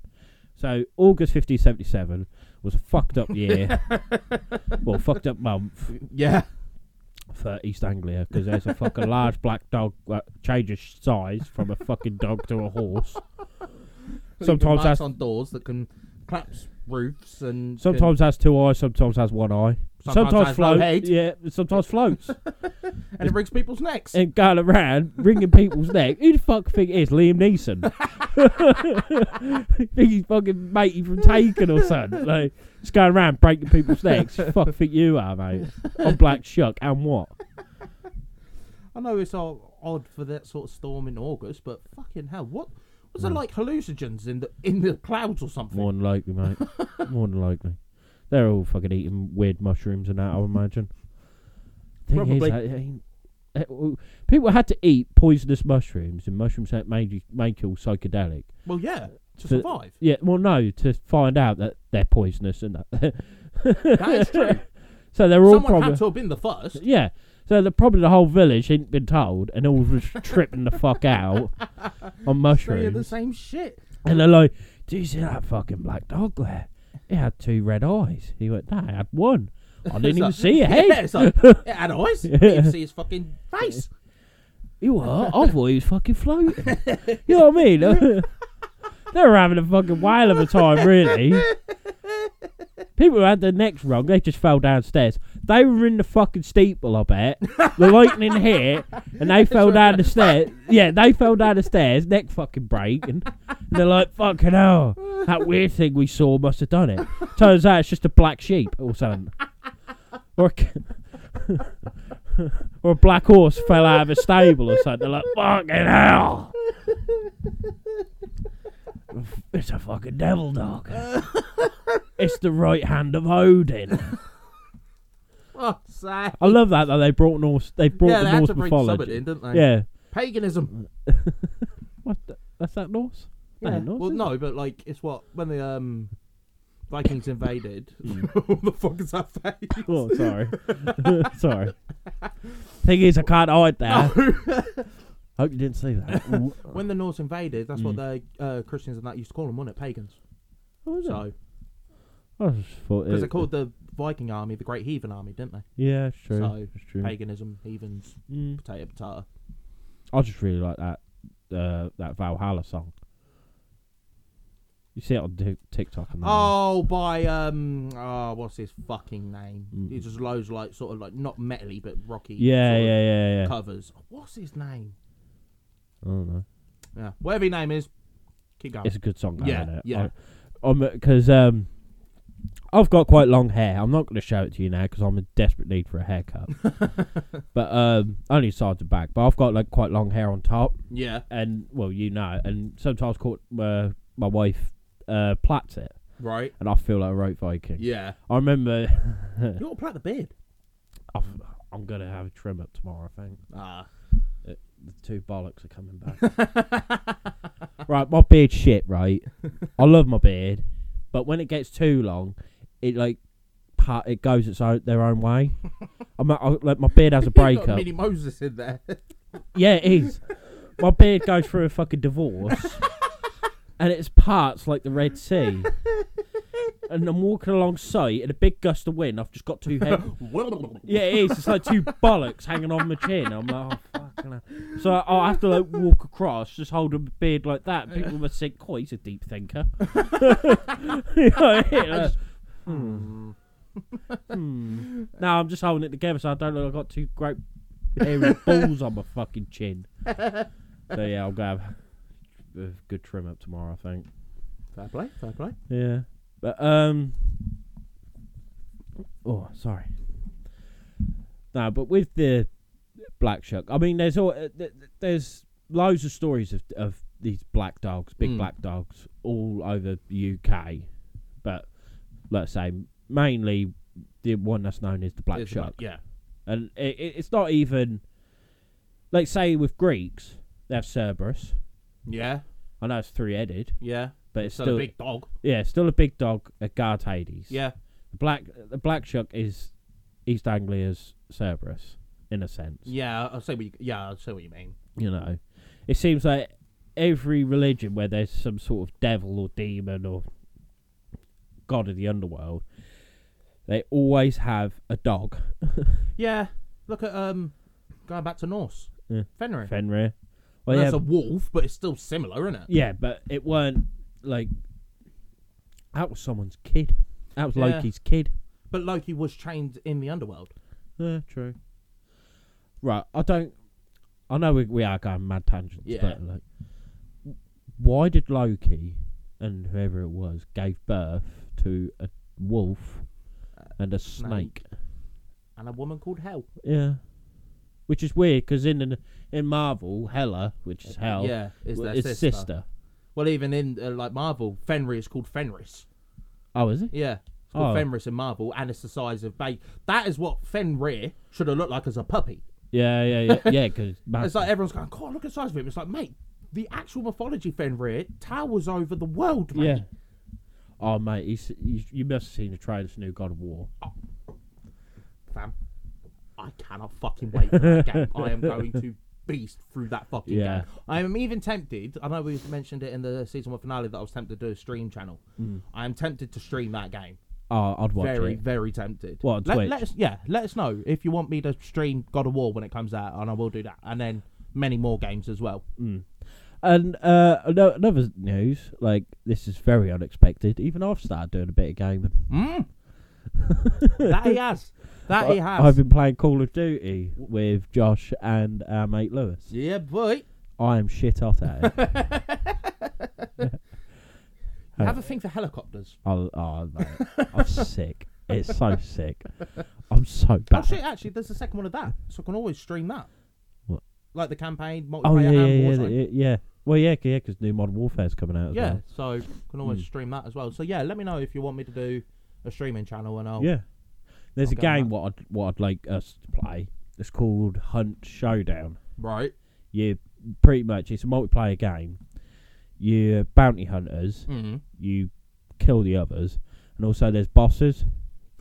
Speaker 2: So, August 1577 was a fucked up year, well, fucked up month
Speaker 1: Yeah.
Speaker 2: for East Anglia because there's a fucking large black dog that changes size from a fucking dog to a horse. Sometimes
Speaker 1: that's
Speaker 2: has
Speaker 1: on doors that can collapse roofs and
Speaker 2: sometimes has two eyes, sometimes has one eye,
Speaker 1: Sometimes has no
Speaker 2: float-
Speaker 1: head.
Speaker 2: Yeah, sometimes floats
Speaker 1: can, and it breaks people's necks.
Speaker 2: and going around wringing people's neck. Who the fuck think it is Liam Neeson? think he's fucking matey from Taken or something? Like just going around breaking people's necks. fuck think you are, mate? I'm black shuck and what?
Speaker 1: I know it's all odd for that sort of storm in August, but fucking hell, what was it like hallucinogens in the in the clouds or something?
Speaker 2: Mm. More than likely, mate. More than likely. They're all fucking eating weird mushrooms and that, I would imagine. Thing
Speaker 1: Probably.
Speaker 2: Is, that it ain't- it w- people had to eat poisonous mushrooms and mushrooms that made you, make you all psychedelic.
Speaker 1: Well, yeah, to
Speaker 2: So-
Speaker 1: survive.
Speaker 2: Yeah, well, no, to find out that they're poisonous and that.
Speaker 1: that is true.
Speaker 2: so they're all
Speaker 1: Someone
Speaker 2: probably.
Speaker 1: had to have been the first.
Speaker 2: Yeah. So the, probably the whole village hadn't been told and all was tripping the fuck out on
Speaker 1: Three of the
Speaker 2: mushrooms.
Speaker 1: same shit.
Speaker 2: And they're like, Do you see that fucking black dog there? It had two red eyes. He went, Nah, it had one. I didn't even see
Speaker 1: Yeah,
Speaker 2: a head.
Speaker 1: it's like, it had eyes. You can see his fucking face.
Speaker 2: You what? I thought he was fucking floating. you know what I mean? they were having a fucking whale of a time, really. People who had their necks wrong, they just fell downstairs. They were in the fucking steeple, I bet. The lightning hit, and they fell down the stairs. Yeah, they fell down the stairs, neck fucking break, and they're like, fucking hell, that weird thing we saw must have done it. Turns out it's just a black sheep or something. Or a, c- or a black horse fell out of a stable or something. They're like, fucking hell. It's a fucking devil dog. it's the right hand of Odin.
Speaker 1: Oh, sad.
Speaker 2: I love that that they brought Norse. They brought
Speaker 1: yeah,
Speaker 2: the
Speaker 1: they had
Speaker 2: Norse
Speaker 1: to bring somebody
Speaker 2: mythology.
Speaker 1: in, didn't they?
Speaker 2: Yeah,
Speaker 1: Paganism.
Speaker 2: what? The, that's that Norse. That
Speaker 1: Yeah.
Speaker 2: ain't Norse,
Speaker 1: well,
Speaker 2: is
Speaker 1: no, but like, it's what when the um Vikings invaded.
Speaker 2: Mm.
Speaker 1: what the fuck is that face?
Speaker 2: it? Oh, sorry, sorry. Thing is, I can't hide that. Hope you didn't see that.
Speaker 1: When the Norse invaded, that's what
Speaker 2: Mm.
Speaker 1: the uh, Christians and that used to call them, wasn't it? Pagans.
Speaker 2: What was it?
Speaker 1: So,
Speaker 2: I just thought
Speaker 1: because
Speaker 2: it,
Speaker 1: they called the Viking army the Great Heathen Army, didn't they?
Speaker 2: yeah, it's true.
Speaker 1: so,
Speaker 2: it's true.
Speaker 1: Paganism, heathens,
Speaker 2: Mm.
Speaker 1: potato, potato.
Speaker 2: I just really like that uh, that Valhalla song. You see it on Tik- TikTok. And that.
Speaker 1: Oh, by um, oh, what's his fucking name?
Speaker 2: Mm.
Speaker 1: It's just loads of, like sort of like not metally but rocky.
Speaker 2: yeah,
Speaker 1: sort of
Speaker 2: yeah, yeah, yeah.
Speaker 1: Covers. What's his name?
Speaker 2: I don't know.
Speaker 1: Yeah, whatever his name is. Keep going.
Speaker 2: It's a good song. Though,
Speaker 1: Yeah,
Speaker 2: isn't it?
Speaker 1: yeah.
Speaker 2: I, because um, I've got quite long hair. I'm not going to show it to you now because I'm in desperate need for a haircut. but um, only side to back. But I've got like quite long hair on top,
Speaker 1: Yeah.
Speaker 2: and well, you know, and sometimes caught uh, my wife uh, plaits it,
Speaker 1: Right.
Speaker 2: and I feel like a rope Viking.
Speaker 1: Yeah.
Speaker 2: I remember.
Speaker 1: You ought to plait the beard.
Speaker 2: I've, I'm going to have a trim up tomorrow. I think
Speaker 1: Ah.
Speaker 2: the two bollocks are coming back. right, my beard shit. Right, I love my beard, but when it gets too long, it like part it goes its own their own way. I'm I, like my beard has a
Speaker 1: You've got
Speaker 2: breakup.
Speaker 1: Minnie Moses in there.
Speaker 2: Yeah, it is. My beard goes through a fucking divorce, and it's parts like the Red Sea. And I'm walking alongside in a big gust of wind. I've just got two head, Yeah, it is. It's like two bollocks hanging on my chin. I'm like, oh, fucking hell. So I I have to like walk across, just holding my beard like that. and People must think, oh, he's a deep thinker. you know, what I mean? I just, hmm. No, I'm just holding it together so I don't look like I've got two great hairy balls on my fucking chin. So yeah, I'll grab a good trim up tomorrow, I think.
Speaker 1: Fair play. Fair play.
Speaker 2: Yeah. But um Oh, sorry. No, but with the black shark, I mean there's all uh, th- th- there's loads of stories of of these black dogs, big
Speaker 1: Mm.
Speaker 2: black dogs all over the UK. But let's say mainly the one that's known as the black
Speaker 1: It's a
Speaker 2: shark.
Speaker 1: bla- Yeah.
Speaker 2: And i i it's not even like say with Greeks, they have Cerberus.
Speaker 1: Yeah.
Speaker 2: I know it's three-headed,
Speaker 1: Yeah.
Speaker 2: but it's
Speaker 1: So
Speaker 2: still
Speaker 1: a big dog.
Speaker 2: yeah, still a big dog, a guard Hades.
Speaker 1: Yeah.
Speaker 2: The black the black shark is East Anglia's Cerberus in a sense.
Speaker 1: Yeah. I say what you, yeah. I say what you mean.
Speaker 2: You know, it seems like every religion where there's some sort of devil or demon or god of the underworld, they always have a dog.
Speaker 1: Yeah. Look at um, going back to Norse.
Speaker 2: Yeah.
Speaker 1: Fenrir.
Speaker 2: Fenrir. Well, yeah,
Speaker 1: That's a wolf, but it's still similar, isn't it?
Speaker 2: yeah, but it weren't like that was someone's kid. That was
Speaker 1: Yeah.
Speaker 2: Loki's kid.
Speaker 1: But Loki was trained in the underworld.
Speaker 2: Yeah, true. Right, I don't. I know we, we are going mad tangents,
Speaker 1: Yeah.
Speaker 2: but like, why did Loki and whoever it was gave birth to a wolf and a
Speaker 1: Uh,
Speaker 2: snake?
Speaker 1: snake. And a woman called Hell.
Speaker 2: Yeah, which is weird because in an, in Marvel, Hela, which is Hell,
Speaker 1: Yeah, is
Speaker 2: w-
Speaker 1: their
Speaker 2: is
Speaker 1: sister.
Speaker 2: sister.
Speaker 1: Well, even in uh, like Marvel, Fenrir is called Fenris.
Speaker 2: Oh, is it?
Speaker 1: Yeah. It's called
Speaker 2: Oh.
Speaker 1: Fenris in Marvel, and it's the size of Bay. That is what Fenrir should have looked like as a puppy.
Speaker 2: Yeah, yeah, yeah, yeah. Because
Speaker 1: It's like everyone's going, God, look at the size of him. It's like, mate, the actual mythology Fenrir towers over the world, mate.
Speaker 2: yeah. Oh mate, he's, you, you must have seen the trailer for new God of War.
Speaker 1: Fam, I cannot fucking wait for that game. I am going to beast through that fucking
Speaker 2: Yeah.
Speaker 1: game. I am even tempted. I know we mentioned it in the season one finale that I was tempted to do a stream channel.
Speaker 2: Mm.
Speaker 1: I am tempted to stream that game.
Speaker 2: Oh, I'd watch
Speaker 1: very,
Speaker 2: it.
Speaker 1: very tempted.
Speaker 2: What, on
Speaker 1: let,
Speaker 2: Twitch?
Speaker 1: let us, yeah, let us know if you want me to stream God of War when it comes out, and I will do that. And then many more games as well.
Speaker 2: And uh, ano- another news, like this is very unexpected. Even I've started doing a bit of gaming.
Speaker 1: Mm. that he has. That he has.
Speaker 2: I've been playing Call of Duty with Josh and our mate Lewis.
Speaker 1: Yeah, boy.
Speaker 2: I am shit hot at it.
Speaker 1: Have a thing for helicopters.
Speaker 2: I'll, oh, mate, I'm sick. It's so sick. I'm so
Speaker 1: Oh
Speaker 2: bad.
Speaker 1: shit! Actually, there's a second one of that, so I can always stream that.
Speaker 2: What?
Speaker 1: Like the campaign multiplayer
Speaker 2: oh yeah, yeah,
Speaker 1: and
Speaker 2: yeah,
Speaker 1: Warzone.
Speaker 2: yeah, yeah. Well, yeah, yeah, because new Modern Warfare's coming out. As
Speaker 1: Yeah,
Speaker 2: well.
Speaker 1: so can
Speaker 2: Hmm.
Speaker 1: always stream that as well. So yeah, let me know if you want me to do a streaming channel, and I'll.
Speaker 2: Yeah. There's
Speaker 1: Oh. I'll
Speaker 2: a
Speaker 1: get on
Speaker 2: game
Speaker 1: that.
Speaker 2: what I'd, what I'd like us to play. It's called Hunt Showdown.
Speaker 1: Right.
Speaker 2: you pretty much it's a multiplayer game. You're bounty hunters.
Speaker 1: Mm.
Speaker 2: You kill the others, and also there's bosses.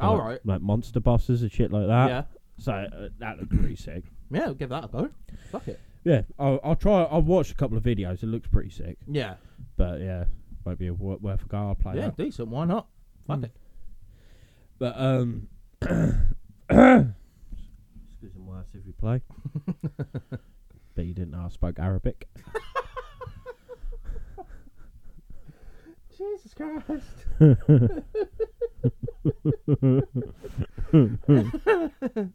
Speaker 1: All
Speaker 2: like,
Speaker 1: right.
Speaker 2: like monster bosses and shit like that.
Speaker 1: yeah.
Speaker 2: So uh, that looks pretty sick.
Speaker 1: Yeah. I'll give that a go. Fuck it.
Speaker 2: Yeah, I'll, I'll try. I'll watch a couple of videos. It looks pretty sick.
Speaker 1: Yeah.
Speaker 2: But yeah, might be wor- worth a go. I'll play
Speaker 1: yeah.
Speaker 2: that.
Speaker 1: Decent. Why not? Fuck
Speaker 2: Mm.
Speaker 1: it.
Speaker 2: But um, excuse me, worse if we play. but you didn't know I spoke Arabic.
Speaker 1: Jesus Christ.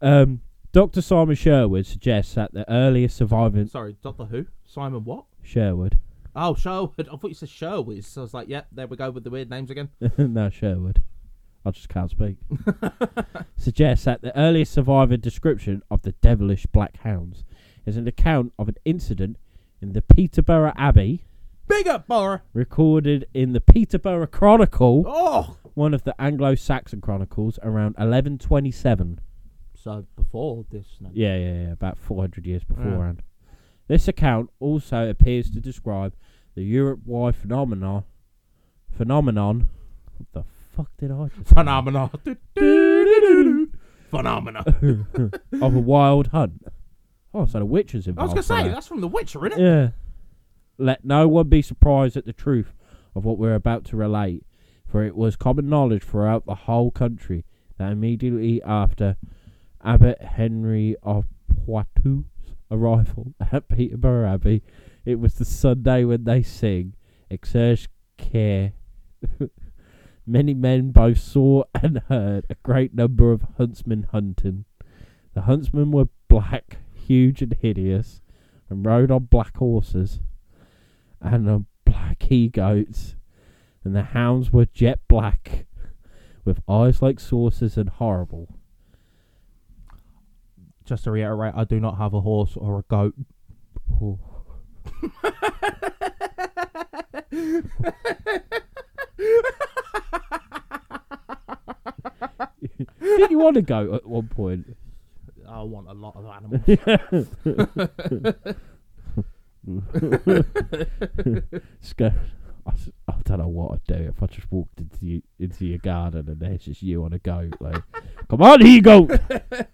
Speaker 2: Um, Dr. Simon Sherwood suggests that the earliest surviving
Speaker 1: Sorry, Doctor Who. Simon what?
Speaker 2: Sherwood
Speaker 1: Oh, Sherwood. I thought you said Sherwood. So I was like, yep, there we go with the weird names again.
Speaker 2: no, Sherwood. I just can't speak. Suggests that the earliest survivor description of the devilish black hounds is an account of an incident in the Peterborough Abbey,
Speaker 1: Big up, Borough.
Speaker 2: recorded in the Peterborough Chronicle,
Speaker 1: Oh.
Speaker 2: one of the Anglo-Saxon chronicles, around 1127.
Speaker 1: So before this, no.
Speaker 2: Yeah, yeah, yeah. About 400 years beforehand. This account also appears to describe the Europe-wide phenomena. Phenomenon. What the fuck did I just?
Speaker 1: phenomena, phenomena.
Speaker 2: of a wild hunt. Oh, so the witch is
Speaker 1: I was
Speaker 2: involved.
Speaker 1: gonna say
Speaker 2: for
Speaker 1: that's from The Witcher,
Speaker 2: that.
Speaker 1: isn't it?
Speaker 2: Yeah. Let no one be surprised at the truth of what we're about to relate, for it was common knowledge throughout the whole country that immediately after Abbot Henry of Poitou's arrival at Peterborough Abbey, it was the Sunday when they sing Exerge Care. Many men both saw and heard a great number of huntsmen hunting. The huntsmen were black, huge and hideous, and rode on black horses and on black he goats, and the hounds were jet black, with eyes like saucers and horrible.
Speaker 1: Just to reiterate, I do not have a horse or a goat.
Speaker 2: Oh. Did you want to go at one point?
Speaker 1: I want a lot of animals.
Speaker 2: Just go. I, s- I don't know what I'd do if I just walked into you, into your garden and there's just you on a goat. Like, come on, here you go. I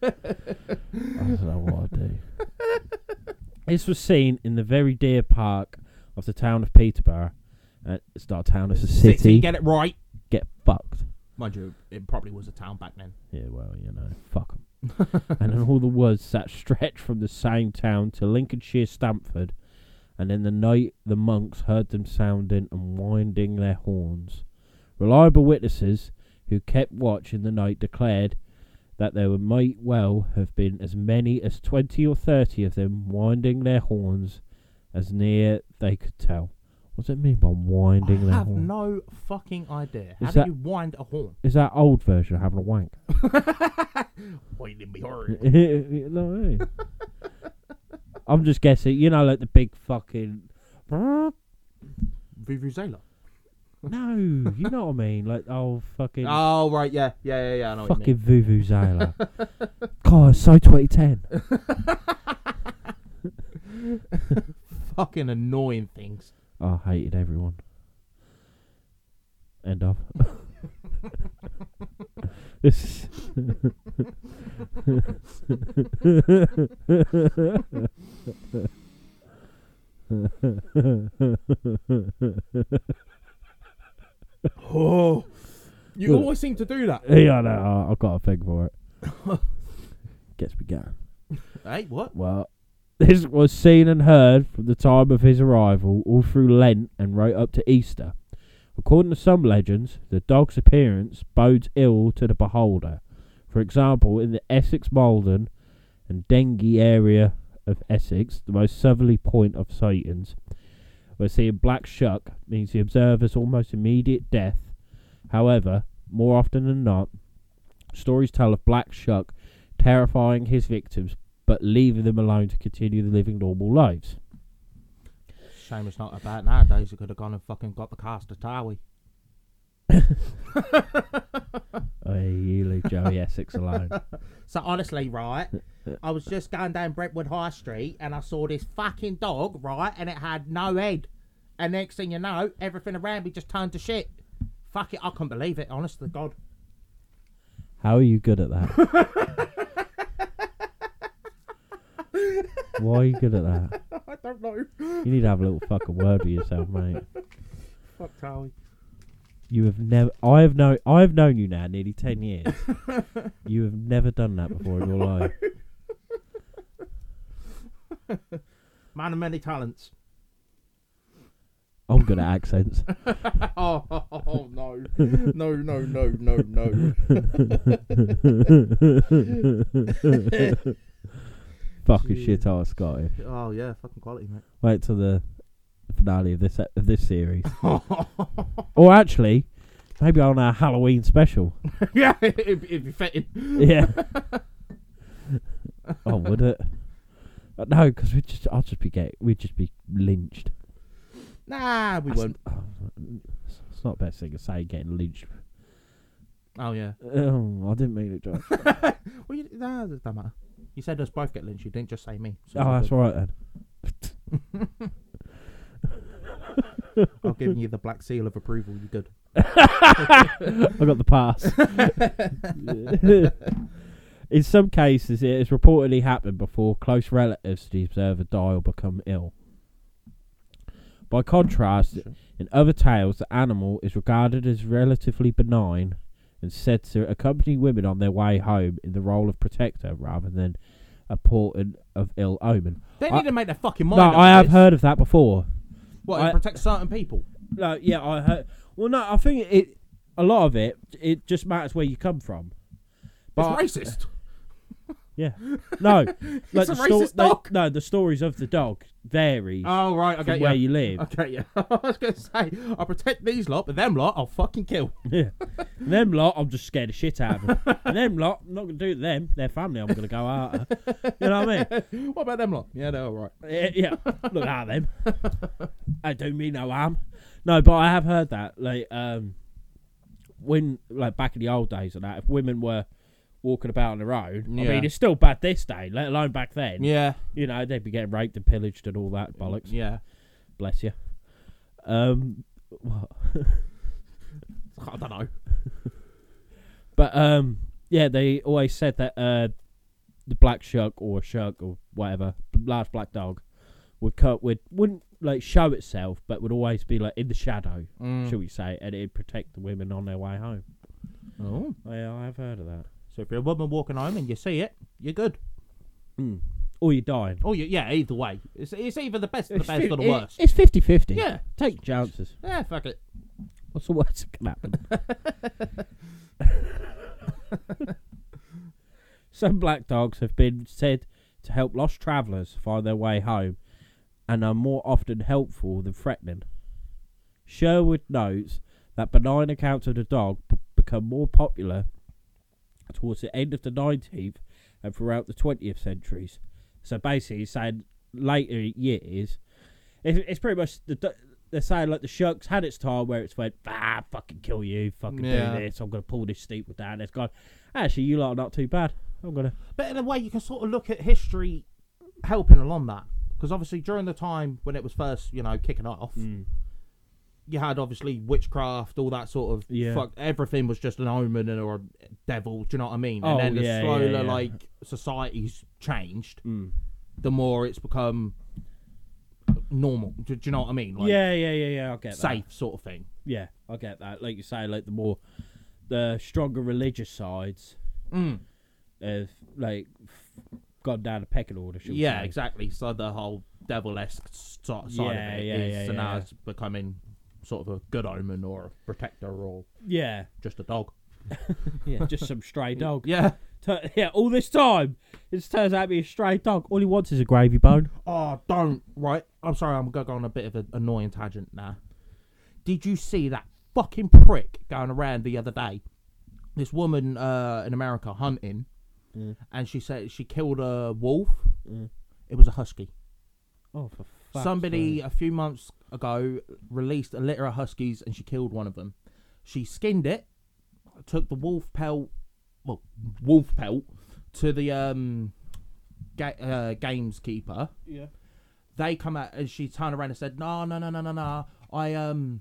Speaker 2: don't know what I'd do. This was seen in the very dear park of the town of Peterborough. Uh, it's not a town; it's a city.
Speaker 1: City, get it right.
Speaker 2: Get fucked.
Speaker 1: Mind you, it probably was a town back then.
Speaker 2: Yeah, well, you know, fuck 'em. and in all the woods that stretch from the same town to Lincolnshire Stamford, and in the night the monks heard them sounding and winding their horns. Reliable witnesses who kept watch in the night declared that there might well have been as many as twenty or thirty of them winding their horns as near they could tell. What does it mean by winding
Speaker 1: I
Speaker 2: their
Speaker 1: have
Speaker 2: horns?
Speaker 1: no fucking idea. How
Speaker 2: Is
Speaker 1: do
Speaker 2: that-
Speaker 1: you wind a horn?
Speaker 2: Is that old version of having a wank?
Speaker 1: Winding me horn.
Speaker 2: No way. I'm just guessing. You know, like the big fucking. No,
Speaker 1: Vuvuzela.
Speaker 2: you know what I mean. Like oh fucking
Speaker 1: Oh right, yeah, yeah, yeah, yeah. I know what you
Speaker 2: fucking vuvuzela. God, so 2010.
Speaker 1: mean. Fucking annoying things.
Speaker 2: Oh, I hated everyone. End of. this.
Speaker 1: Oh, you
Speaker 2: Good.
Speaker 1: always seem to do that.
Speaker 2: Yeah, I know. I- I've got a thing for it. Gets me going.
Speaker 1: Hey, what?
Speaker 2: Well, this was seen and heard from the time of his arrival all through Lent and right up to Easter. According to some legends, the dog's appearance bodes ill to the beholder. For example, in the Essex Malden and Dengie area of Essex, the most southerly point of sightings, where seeing black shuck means the observer's almost immediate death. However, more often than not, stories tell of black shuck terrifying his victims but leaving them alone to continue living normal lives.
Speaker 1: Shame it's not about nowadays. You could have gone and fucking got the cast of Towie.
Speaker 2: Oh, you leave Joey Essex alone.
Speaker 1: So honestly, right, I was just going down Brentwood High Street and I saw this fucking dog, right, and it had no head. And next thing you know, everything around me just turned to shit. Fuck it, I couldn't believe it. Honest to God,
Speaker 2: How are you good at that? Why are you good at that?
Speaker 1: I don't know.
Speaker 2: You need to have a little fucking word with yourself, mate.
Speaker 1: Fuck Towie.
Speaker 2: You have never. I have known. I have known you now nearly ten years. you have never done that before in your life.
Speaker 1: Man of many talents.
Speaker 2: I'm good at accents.
Speaker 1: Oh, no, no, no, no, no, no.
Speaker 2: Fucking
Speaker 1: Jeez.
Speaker 2: shit, I was Scottish.
Speaker 1: Oh yeah, fucking quality, mate.
Speaker 2: Wait till the finale of this of this series. or actually, maybe on our Halloween special.
Speaker 1: yeah, it'd, it'd be fitting.
Speaker 2: Yeah. oh, would it? Uh, No, because we just I'll just be get we'd just be lynched.
Speaker 1: Nah, we
Speaker 2: That's-
Speaker 1: won't.
Speaker 2: oh, it's not the best thing to say getting lynched.
Speaker 1: Oh yeah.
Speaker 2: Oh, I didn't mean it, Josh.
Speaker 1: Well, you, nah, it don't matter. You said us both get lynched. You didn't just say me. so it's
Speaker 2: oh,
Speaker 1: all
Speaker 2: that's
Speaker 1: good.
Speaker 2: all right then.
Speaker 1: I'll give you the black seal of approval. You good?
Speaker 2: I got the pass. In some cases, it has reportedly happened before close relatives to the observer die or become ill. By contrast,
Speaker 1: Sure.
Speaker 2: in other tales, the animal is regarded as relatively benign and said to accompany women on their way home in the role of protector rather than a portent of ill omen.
Speaker 1: They
Speaker 2: I-
Speaker 1: need to make their fucking mind.
Speaker 2: No,
Speaker 1: up
Speaker 2: I have
Speaker 1: this.
Speaker 2: heard of that before.
Speaker 1: What
Speaker 2: I-
Speaker 1: it protects certain people.
Speaker 2: No, yeah, I heard. Well, no, I think it. A lot of it, it just matters where you come from.
Speaker 1: it's racist.
Speaker 2: Yeah. No.
Speaker 1: It's a
Speaker 2: the sto-
Speaker 1: racist
Speaker 2: they-
Speaker 1: dog.
Speaker 2: no, the stories of the dog vary
Speaker 1: Oh right,
Speaker 2: from
Speaker 1: okay,
Speaker 2: where
Speaker 1: yeah.
Speaker 2: you live.
Speaker 1: Okay, yeah. I was gonna say I'll protect these lot, but them lot I'll fucking kill.
Speaker 2: Yeah. And them lot, I'm just scared the shit out of them. and them lot, I'm not gonna do it to them. Their family, I'm gonna go out. at. You know what I mean?
Speaker 1: What about them lot? Yeah, they're all right.
Speaker 2: Yeah, Eh, yeah. look at them. I don't mean no harm. No, but I have heard that. Like, um, when like back in the old days and that, if women were walking about on their own, I
Speaker 1: Yeah.
Speaker 2: mean, it's still bad this day, let alone back then.
Speaker 1: Yeah,
Speaker 2: You know, they'd be getting raped and pillaged and all that bollocks.
Speaker 1: yeah.
Speaker 2: Bless you. Um, what?
Speaker 1: I don't know.
Speaker 2: But um, yeah, they always said that uh, the black shark or shark or whatever, large black dog, would cut would wouldn't like show itself, but would always be like in the shadow,
Speaker 1: Hmm.
Speaker 2: shall we say, and it'd protect the women on their way home.
Speaker 1: Oh.
Speaker 2: Oh, yeah, I have heard of that.
Speaker 1: So if you're a woman walking home and you see it, you're good.
Speaker 2: Or you're dying.
Speaker 1: Oh, you, yeah. Either way, it's, it's either the best of the best or the
Speaker 2: it-
Speaker 1: worst.
Speaker 2: It's 50 50.
Speaker 1: Yeah.
Speaker 2: Take chances.
Speaker 1: Yeah, fuck it.
Speaker 2: What's the worst that can happen? Some black dogs have been said to help lost travellers find their way home and are more often helpful than threatening. Sherwood notes that benign accounts of the dog b- become more popular towards the end of the 19th and throughout the 20th centuries. So basically, he's saying later years, it's, it's pretty much the. do- They're saying like the sharks had its time where it's went, ah, fucking kill you, fucking
Speaker 1: Yeah.
Speaker 2: do this. I'm gonna pull this steeple down. It's gone. Actually, you lot are not too bad. I'm gonna.
Speaker 1: But in a way, you can sort of look at history helping along that. Because obviously, during the time when it was first, you know, kicking off,
Speaker 2: Mm.
Speaker 1: you had obviously witchcraft, all that sort of
Speaker 2: Yeah.
Speaker 1: fuck. Everything was just an omen and or a devil. Do you know what I mean?
Speaker 2: Oh,
Speaker 1: and then the
Speaker 2: yeah, yeah,
Speaker 1: slower
Speaker 2: yeah. Mm.
Speaker 1: like society's changed, the more it's become normal. Do, do you know what I mean? Like
Speaker 2: yeah, yeah, yeah, yeah. I get that.
Speaker 1: safe sort of thing.
Speaker 2: Yeah, I get that. Like you say, like the more, the stronger religious sides
Speaker 1: Mm.
Speaker 2: have like f- gone down a pecking order. Shall we
Speaker 1: Yeah,
Speaker 2: say.
Speaker 1: exactly. So the whole devil esque sort of side
Speaker 2: Yeah,
Speaker 1: of it is
Speaker 2: yeah, yeah,
Speaker 1: so now
Speaker 2: yeah.
Speaker 1: it's becoming sort of a good omen or a protector or
Speaker 2: Yeah,
Speaker 1: just a dog.
Speaker 2: yeah. Just some stray dog.
Speaker 1: Yeah.
Speaker 2: Tur- yeah, all this time, it just turns out to be a stray dog. All he wants is a gravy bone.
Speaker 1: Oh, don't. Right. I'm sorry. I'm going to go on a bit of an annoying tangent now. Did you see that fucking prick going around the other day? This woman uh, in America hunting,
Speaker 2: Mm.
Speaker 1: and she said she killed a wolf. It was a husky.
Speaker 2: Oh, for fuck's
Speaker 1: Somebody
Speaker 2: sake.
Speaker 1: a few months ago released a litter of huskies and she killed one of them. She skinned it, took the wolf pelt, well, wolf pelt, to the um, ga- uh, games keeper.
Speaker 2: Yeah.
Speaker 1: They come out and she turned around and said, "No, no, no, no, no, no. I um,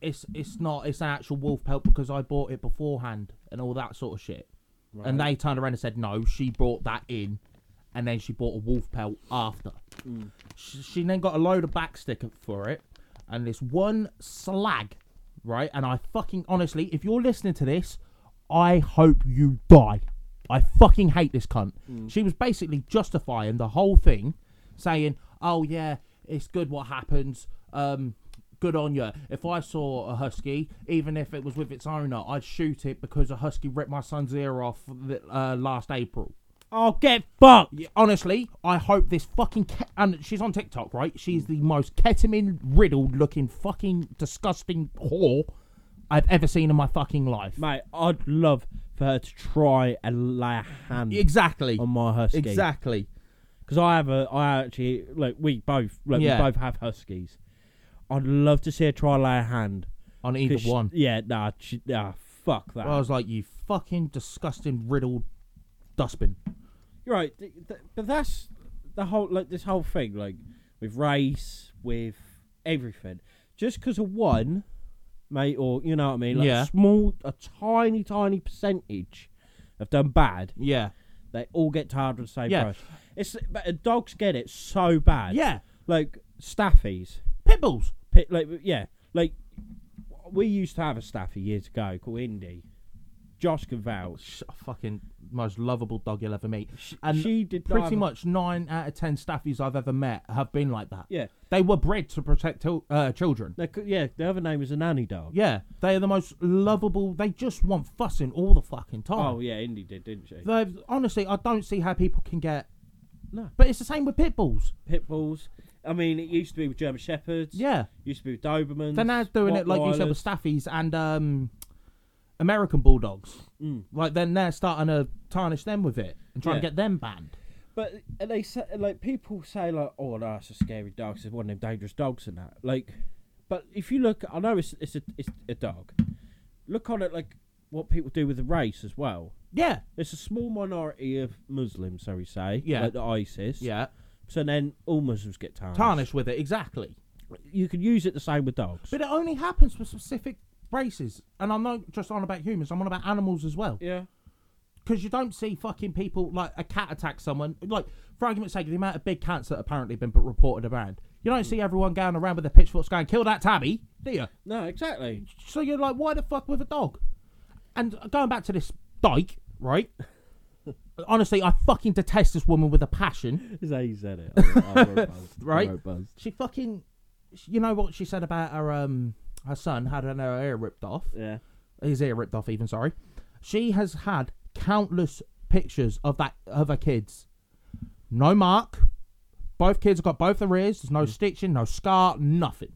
Speaker 1: it's it's not. It's an actual wolf pelt because I bought it beforehand and all that sort of shit." And they turned around and said, "No, she brought that in, and then she bought a wolf pelt after." she, she then got a load of backstick for it, and this one slag, right? And I fucking honestly, if you're listening to this, I hope you die. I fucking hate this cunt. She was basically justifying the whole thing, saying, "Oh yeah, it's good what happens. Um, good on you. If I saw a husky, even if it was with its owner, I'd shoot it because a husky ripped my son's ear off the, uh, last April."
Speaker 2: I'll Oh, get fucked.
Speaker 1: Y- Honestly, I hope this fucking ke- and she's on TikTok, right? She's the most ketamine riddled looking fucking disgusting whore I've ever seen in my fucking life.
Speaker 2: Mate, I'd love for her to try and lay a hand
Speaker 1: Exactly.
Speaker 2: on my Oh, husky.
Speaker 1: Exactly.
Speaker 2: Because I have a, I actually, like, we both, like,
Speaker 1: Yeah.
Speaker 2: we both have huskies. I'd love to see her try and lay a hand.
Speaker 1: On
Speaker 2: 'Cause
Speaker 1: either
Speaker 2: she-
Speaker 1: one.
Speaker 2: yeah, nah, she, nah, fuck that.
Speaker 1: I was like, you fucking disgusting riddled dustbin.
Speaker 2: You're right, th- th- but that's the whole like this whole thing like with race, with everything. Just because of one, mate, or you know what I mean, like
Speaker 1: Yeah.
Speaker 2: a small, a tiny, tiny percentage have done bad.
Speaker 1: Yeah.
Speaker 2: They all get tired of the same
Speaker 1: Yeah.
Speaker 2: price. It's but uh, dogs get it so bad.
Speaker 1: Yeah.
Speaker 2: like staffies.
Speaker 1: Pit bulls.
Speaker 2: Pit, like yeah, like we used to have a staffy years ago called Indy. Josh can vouch.
Speaker 1: Sh- Fucking most lovable dog you'll ever meet. And
Speaker 2: she did not have
Speaker 1: pretty
Speaker 2: a-
Speaker 1: much nine out of ten staffies I've ever met have been like that.
Speaker 2: Yeah,
Speaker 1: They were bred to protect til- uh, children.
Speaker 2: they c- yeah. The other name is a nanny dog.
Speaker 1: Yeah, they are the most lovable. They just want fussing all the fucking time.
Speaker 2: Oh yeah, Indy did, didn't she?
Speaker 1: They've, honestly, I don't see how people can get.
Speaker 2: No.
Speaker 1: But it's the same with pit bulls.
Speaker 2: Pit bulls. I mean, it used to be with German shepherds.
Speaker 1: Yeah,
Speaker 2: Used to be with Dobermans.
Speaker 1: they're now doing it like you said with staffies and um, American bulldogs.
Speaker 2: Mm.
Speaker 1: Like then they're starting to tarnish them with it and trying to
Speaker 2: Yeah.
Speaker 1: get them banned.
Speaker 2: But and they say, like people say like, oh no, it's a scary dog. It's one of them dangerous dogs and that. Like, but if you look, I know it's it's a it's a dog. Look on it like what people do with the race as well.
Speaker 1: Yeah,
Speaker 2: It's a small minority of Muslims, so we say,
Speaker 1: Yeah.
Speaker 2: like the ISIS.
Speaker 1: yeah,
Speaker 2: So then all Muslims get tarnished.
Speaker 1: tarnish with it exactly.
Speaker 2: You can use it the same with dogs.
Speaker 1: But it only happens with specific races, and I'm not just on about humans. I'm on about animals as well.
Speaker 2: yeah.
Speaker 1: because you don't see fucking people like a cat attack someone. Like for argument's sake, the amount of big cats that apparently been reported around. You don't see everyone going around with their pitchforks going kill that tabby, do you?
Speaker 2: No, exactly.
Speaker 1: So you're like, why the fuck with a dog? And going back to this dyke, right? Honestly, I fucking detest this woman with a passion,
Speaker 2: Is how you said it. I, I
Speaker 1: right? She fucking, you know what she said about her um her son had an her ear ripped off.
Speaker 2: Yeah.
Speaker 1: his ear ripped off even sorry she has had countless pictures of that of her kids no mark both kids have got both their ears there's no stitching no scar nothing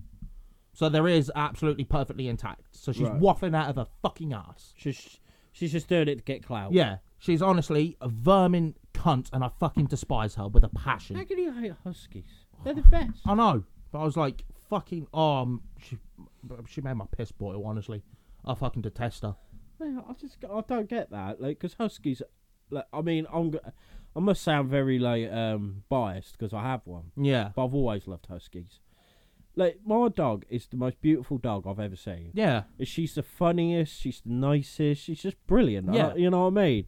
Speaker 1: so their ears are absolutely perfectly intact so she's
Speaker 2: Right.
Speaker 1: waffling out of her fucking ass
Speaker 2: She's she's just doing it to get clout.
Speaker 1: yeah she's honestly a vermin cunt and i fucking despise her with a
Speaker 2: How
Speaker 1: passion
Speaker 2: can you hate huskies? They're the best.
Speaker 1: i know but i was like fucking oh um, she, she made my piss boil honestly i fucking detest her
Speaker 2: No, I just I don't get that. Like, because huskies, like, I mean, I'm go- I must sound very like um biased because I have one,
Speaker 1: yeah
Speaker 2: but I've always loved huskies. Like my dog is the most beautiful dog I've ever seen.
Speaker 1: yeah
Speaker 2: She's the funniest. She's the nicest. She's just brilliant. I-
Speaker 1: Yeah.
Speaker 2: you know what I mean.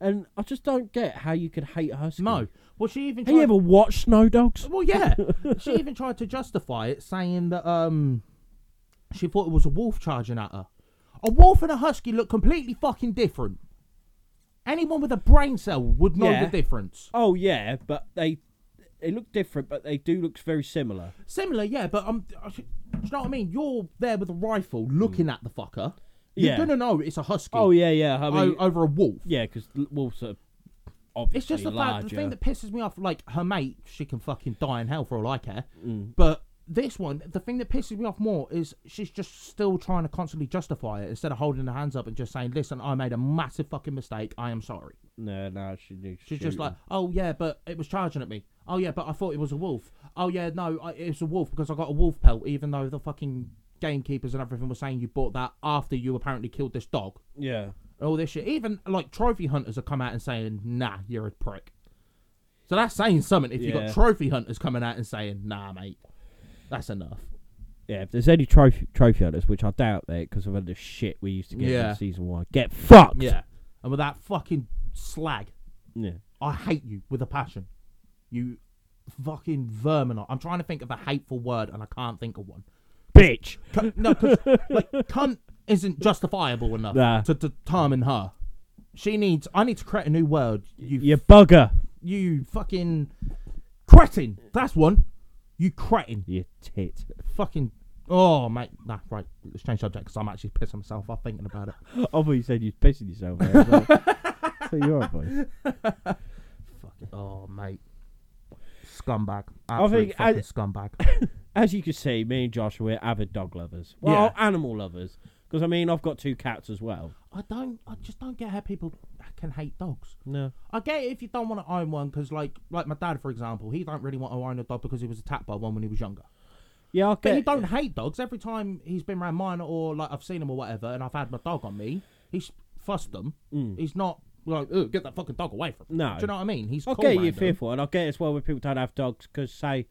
Speaker 2: And I just don't get how you could hate a husky.
Speaker 1: no well she even
Speaker 2: Have you
Speaker 1: tried-
Speaker 2: ever watched Snow Dogs?
Speaker 1: Well, yeah. she even tried to justify it, saying that um, she thought it was a wolf charging at her. A wolf and a husky look completely fucking different. Anyone with a brain cell would know
Speaker 2: Yeah.
Speaker 1: the difference.
Speaker 2: Oh yeah, but they they look different, but they do look very similar.
Speaker 1: Similar, yeah, but um, do you know what I mean? You're there with a rifle, looking at the fucker. You're
Speaker 2: Hmm. Yeah.
Speaker 1: gonna know it's a husky
Speaker 2: Oh yeah, yeah. I mean,
Speaker 1: o- over a wolf.
Speaker 2: yeah, because wolves are obviously
Speaker 1: It's just the
Speaker 2: larger.
Speaker 1: fact. The thing that pisses me off, like her mate, she can fucking die in hell for all I care. But this one, the thing that pisses me off more is she's just still trying to constantly justify it instead of holding her hands up and just saying, "Listen, I made a massive fucking mistake. I am sorry."
Speaker 2: no, no, she knew.
Speaker 1: She's just like, "Oh yeah, but it was charging at me. Oh yeah, but I thought it was a wolf. Oh yeah, no, I, it was a wolf because I got a wolf pelt, even though the fucking gamekeepers and everything were saying you bought that after you apparently killed this dog."
Speaker 2: yeah,
Speaker 1: and all this shit. Even like trophy hunters have come out and saying, "Nah, you're a prick." So that's saying something. If you've
Speaker 2: Yeah.
Speaker 1: got trophy hunters coming out and saying, "Nah, mate, that's enough."
Speaker 2: yeah. If there's any trophy trophy hunters, which I doubt they, because of all the shit we used to get
Speaker 1: Yeah.
Speaker 2: in season one, get fucked.
Speaker 1: Yeah, and with that fucking slag,
Speaker 2: yeah.
Speaker 1: I hate you with a passion. You fucking vermin. I'm trying to think of a hateful word and I can't think of one.
Speaker 2: Bitch.
Speaker 1: Cunt, no, 'cause, like cunt isn't justifiable enough
Speaker 2: Nah.
Speaker 1: to determine her. She needs. I need to create a new word. You
Speaker 2: You bugger.
Speaker 1: You fucking cretin. That's one. You cretin.
Speaker 2: You tit.
Speaker 1: Fucking. Oh, mate. Nah, right. Let's change subject because I'm actually pissing myself off thinking about it.
Speaker 2: I thought you said you was pissing yourself. I was like, so you're a boy.
Speaker 1: Oh, mate. Scumbag.
Speaker 2: I
Speaker 1: Absolute
Speaker 2: think I-
Speaker 1: fucking scumbag.
Speaker 2: As you can see, me and Josh we're avid dog lovers. Well, animal lovers. Because I mean, I've got two cats as well.
Speaker 1: I don't. I just don't get how people can hate dogs.
Speaker 2: No.
Speaker 1: I get it if you don't want to own one, because like like my dad, for example, he don't really want to own a dog because he was attacked by one when he was younger.
Speaker 2: Yeah, I
Speaker 1: But
Speaker 2: get.
Speaker 1: you don't hate dogs. Every time he's been around mine or like I've seen him or whatever, and I've had my dog on me, he's fussed them. He's not like "Ugh, get that fucking dog away from me.
Speaker 2: Mm. No.
Speaker 1: Do you know what I mean? He's
Speaker 2: I
Speaker 1: cool
Speaker 2: get
Speaker 1: around
Speaker 2: you
Speaker 1: 'em.
Speaker 2: fearful, and I get it as well when people don't have dogs because say,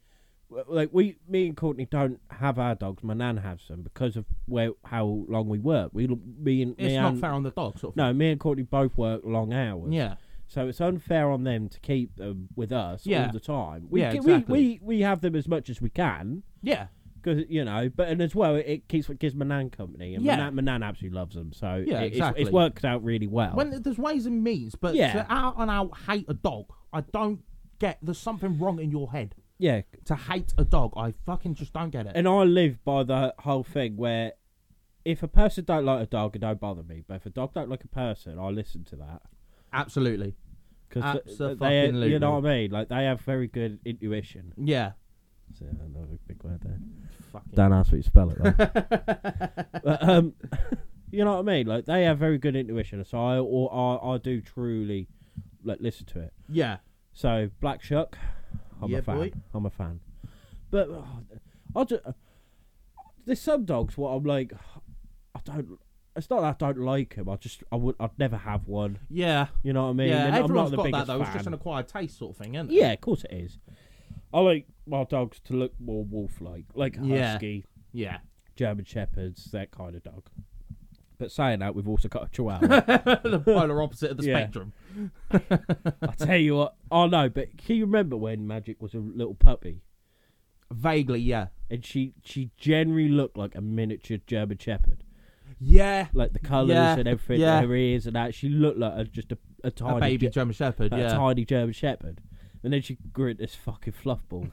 Speaker 2: w- like we, me and Courtney don't have our dogs. My nan has them because of where how long we work. We, l- me and
Speaker 1: It's
Speaker 2: me
Speaker 1: not
Speaker 2: and,
Speaker 1: fair on the dog, sort of.
Speaker 2: No, me and Courtney both work long hours.
Speaker 1: Yeah.
Speaker 2: So it's unfair on them to keep them with us
Speaker 1: Yeah.
Speaker 2: all the time. We,
Speaker 1: Yeah,
Speaker 2: ca-
Speaker 1: exactly.
Speaker 2: we, we we have them as much as we can
Speaker 1: Yeah.
Speaker 2: because you know, but and as well it keeps it gives my nan company, and
Speaker 1: Yeah.
Speaker 2: my, nan, my nan absolutely loves them. So
Speaker 1: Yeah,
Speaker 2: it-
Speaker 1: exactly.
Speaker 2: it's, it's worked out really well.
Speaker 1: When there's ways and means, but
Speaker 2: Oh. Yeah.
Speaker 1: to out and out hate a dog, I don't get. There's something wrong in your head
Speaker 2: yeah,
Speaker 1: to hate a dog. I fucking just don't get it.
Speaker 2: and I live by the whole thing where if a person don't like a dog, it don't bother me. But if a dog don't like a person, I listen to that
Speaker 1: Absolutely.
Speaker 2: because they,
Speaker 1: Abso-fucking-lutely.
Speaker 2: you know what I mean. Like they have very good intuition.
Speaker 1: Yeah.
Speaker 2: So another big word there.
Speaker 1: Fucking.
Speaker 2: Don't ask me to spell it. Though. but um, you know what I mean. Like they have very good intuition, so I or I, I do truly like listen to it.
Speaker 1: Yeah.
Speaker 2: So Black Shuck, I'm
Speaker 1: Yeah,
Speaker 2: a fan.
Speaker 1: boy.
Speaker 2: I'm a fan. But oh, I just, there's some dogs what I'm like, I don't. It's not that I don't like them. I just I would I'd never have one.
Speaker 1: Yeah.
Speaker 2: You know what I mean?
Speaker 1: yeah.
Speaker 2: And I'm not
Speaker 1: Everyone's
Speaker 2: the
Speaker 1: got
Speaker 2: biggest
Speaker 1: that though.
Speaker 2: fan.
Speaker 1: It's just an acquired taste sort of thing, isn't it?
Speaker 2: yeah, of course it is. I like my dogs to look more wolf-like, like a
Speaker 1: Yeah.
Speaker 2: husky,
Speaker 1: Yeah.
Speaker 2: German shepherds, that kind of dog. But saying that, we've also got a chihuahua.
Speaker 1: the polar opposite of the
Speaker 2: Yeah.
Speaker 1: spectrum.
Speaker 2: I tell you what. Oh no, but can you remember when Magic was a little puppy?
Speaker 1: Vaguely, yeah.
Speaker 2: and she she generally looked like a miniature German Shepherd,
Speaker 1: Yeah.
Speaker 2: like the colours
Speaker 1: Yeah,
Speaker 2: and everything,
Speaker 1: yeah.
Speaker 2: her ears and that. She looked like a, just a, a tiny
Speaker 1: a baby
Speaker 2: Ge-
Speaker 1: German Shepherd.
Speaker 2: a
Speaker 1: Yeah.
Speaker 2: tiny German Shepherd, and then she grew into this fucking fluffball.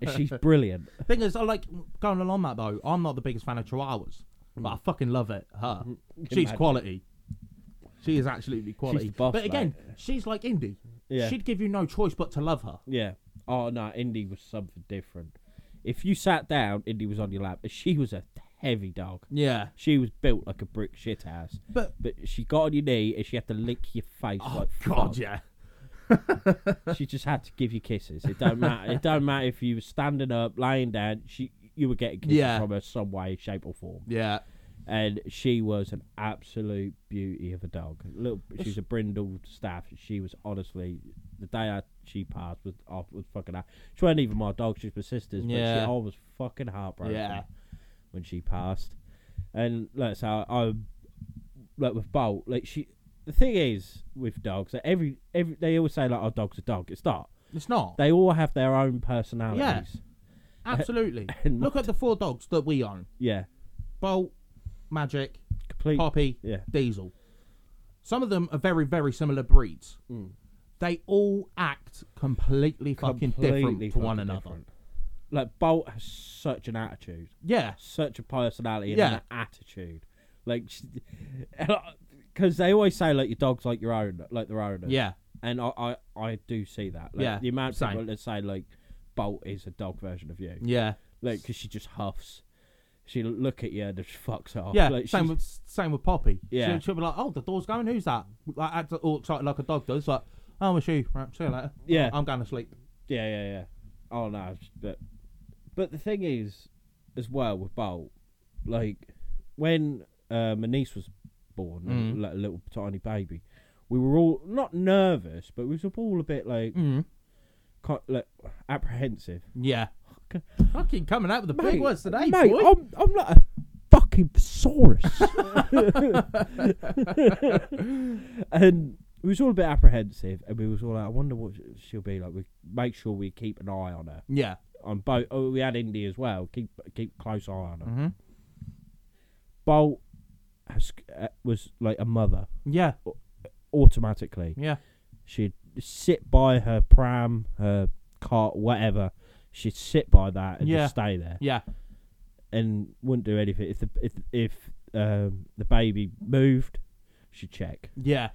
Speaker 2: and she's brilliant.
Speaker 1: Thing is, I like going along that though. I'm not the biggest fan of Chihuahuas, but I fucking love it. Her, she's
Speaker 2: Mm. Mm-hmm. Imagine.
Speaker 1: quality. She is absolutely quality.
Speaker 2: the boss,
Speaker 1: but again,
Speaker 2: mate.
Speaker 1: she's like indie.
Speaker 2: Yeah.
Speaker 1: She'd give you no choice but to love her.
Speaker 2: Yeah. Oh no, Indy was something different. If you sat down, Indy was on your lap, and she was a heavy dog.
Speaker 1: Yeah.
Speaker 2: She was built like a brick shit house,
Speaker 1: But
Speaker 2: but she got on your knee and she had to lick your face.
Speaker 1: oh
Speaker 2: like
Speaker 1: god,
Speaker 2: fuck.
Speaker 1: yeah.
Speaker 2: she just had to give you kisses. It don't matter. It don't matter if you were standing up, lying down. She, you were getting kisses
Speaker 1: Yeah.
Speaker 2: from her some way, shape or form.
Speaker 1: Yeah.
Speaker 2: And she was an absolute beauty of a dog. Little, she's a brindled staff. She was honestly the day I, she passed was I was fucking. out. She wasn't even my dog. She's my sister's. But
Speaker 1: Yeah.
Speaker 2: she, I was fucking heartbroken.
Speaker 1: Yeah.
Speaker 2: When she passed, and like so, I like with Bolt, like she. The thing is with dogs, that every every they always say like, "Oh, dog's a dog." It's not
Speaker 1: It's not.
Speaker 2: they all have their own personalities.
Speaker 1: Absolutely.
Speaker 2: And
Speaker 1: Look at the four dogs that we own.
Speaker 2: Yeah,
Speaker 1: Bolt, Magic,
Speaker 2: complete.
Speaker 1: Poppy,
Speaker 2: Yeah,
Speaker 1: Diesel. Some of them are very, very similar breeds.
Speaker 2: Mm.
Speaker 1: They all act completely fucking different to
Speaker 2: completely
Speaker 1: one
Speaker 2: fucking
Speaker 1: another.
Speaker 2: different. Like Bolt has such an attitude,
Speaker 1: Yeah,
Speaker 2: such a personality,
Speaker 1: Yeah.
Speaker 2: and an attitude. Like, because they always say like your dog's like your own, like their own.
Speaker 1: yeah,
Speaker 2: and I I, I do see that. Like,
Speaker 1: Yeah,
Speaker 2: the amount of
Speaker 1: same.
Speaker 2: people that say like Bolt is a dog version of you,
Speaker 1: yeah,
Speaker 2: like because she just huffs. She look at you and just fucks off.
Speaker 1: yeah.
Speaker 2: like,
Speaker 1: same with
Speaker 2: she's-
Speaker 1: same with Poppy.
Speaker 2: Yeah.
Speaker 1: she'll, she'll be like, "Oh, the door's going. Who's that?" Like, act all excited like a dog does. Like, "Oh, it's you. Right, see you later.
Speaker 2: Yeah.
Speaker 1: I'm going to sleep."
Speaker 2: Yeah, yeah, yeah. Oh no, it's- but but the thing is, as well with Bolt, like when uh, my niece was born,
Speaker 1: Mm.
Speaker 2: like a little tiny baby, we were all not nervous, but we was all a bit like,
Speaker 1: Mm.
Speaker 2: ki like apprehensive.
Speaker 1: Yeah,
Speaker 2: Okay.
Speaker 1: fucking coming out with the big words today,
Speaker 2: mate, oh.
Speaker 1: boy.
Speaker 2: I'm I'm like a fucking thesaurus, and we was all a bit apprehensive, and we was all like, I wonder what she'll be like. We make sure we keep an eye on her.
Speaker 1: Yeah,
Speaker 2: on both. Oh, we had Indy as well. Keep keep close eye on her.
Speaker 1: Mhm.
Speaker 2: Bolt has, uh, was like a mother
Speaker 1: yeah,
Speaker 2: automatically.
Speaker 1: yeah,
Speaker 2: She'd sit by her pram, her cart, whatever. She'd sit by that and
Speaker 1: Yeah.
Speaker 2: just stay there
Speaker 1: yeah,
Speaker 2: and wouldn't do anything. If the if if um, the baby moved, she'd check,
Speaker 1: yeah,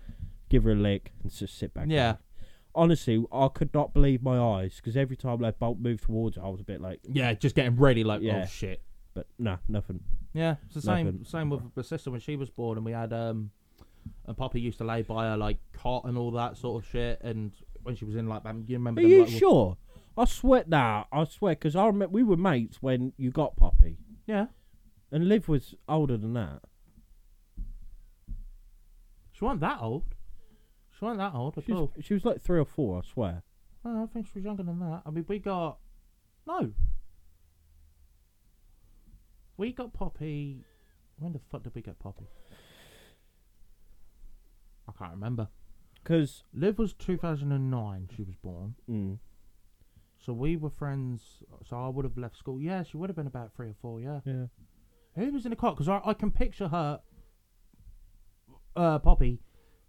Speaker 2: give her a lick, and just sit back.
Speaker 1: Yeah.
Speaker 2: down. honestly, I could not believe my eyes because every time that bolt moved towards it, I was a bit like,
Speaker 1: Yeah, just getting ready like
Speaker 2: Yeah.
Speaker 1: oh shit.
Speaker 2: but nah, nothing.
Speaker 1: Yeah, it's the same.
Speaker 2: Nothing.
Speaker 1: Same with my sister when she was born, and we had um, and Poppy used to lay by her like cot and all that sort of shit. And when she was in like, um, you remember?
Speaker 2: Are
Speaker 1: them,
Speaker 2: you
Speaker 1: like,
Speaker 2: sure? I swear, nah, I swear, because I remember we were mates when you got Poppy,
Speaker 1: Yeah,
Speaker 2: and Liv was older than that.
Speaker 1: she wasn't that old. She wasn't that old at
Speaker 2: She was,
Speaker 1: all.
Speaker 2: she was like three or four, I swear.
Speaker 1: Oh, I think she was younger than that. I mean, we got no. We got Poppy. When the fuck did we get Poppy? I can't remember.
Speaker 2: Because
Speaker 1: Liv was 2009. She was born.
Speaker 2: mm,
Speaker 1: So we were friends. So I would have left school. Yeah, she would have been about three or four. Yeah.
Speaker 2: yeah,
Speaker 1: Who was in the cot? Because I, I can picture her, uh, Poppy,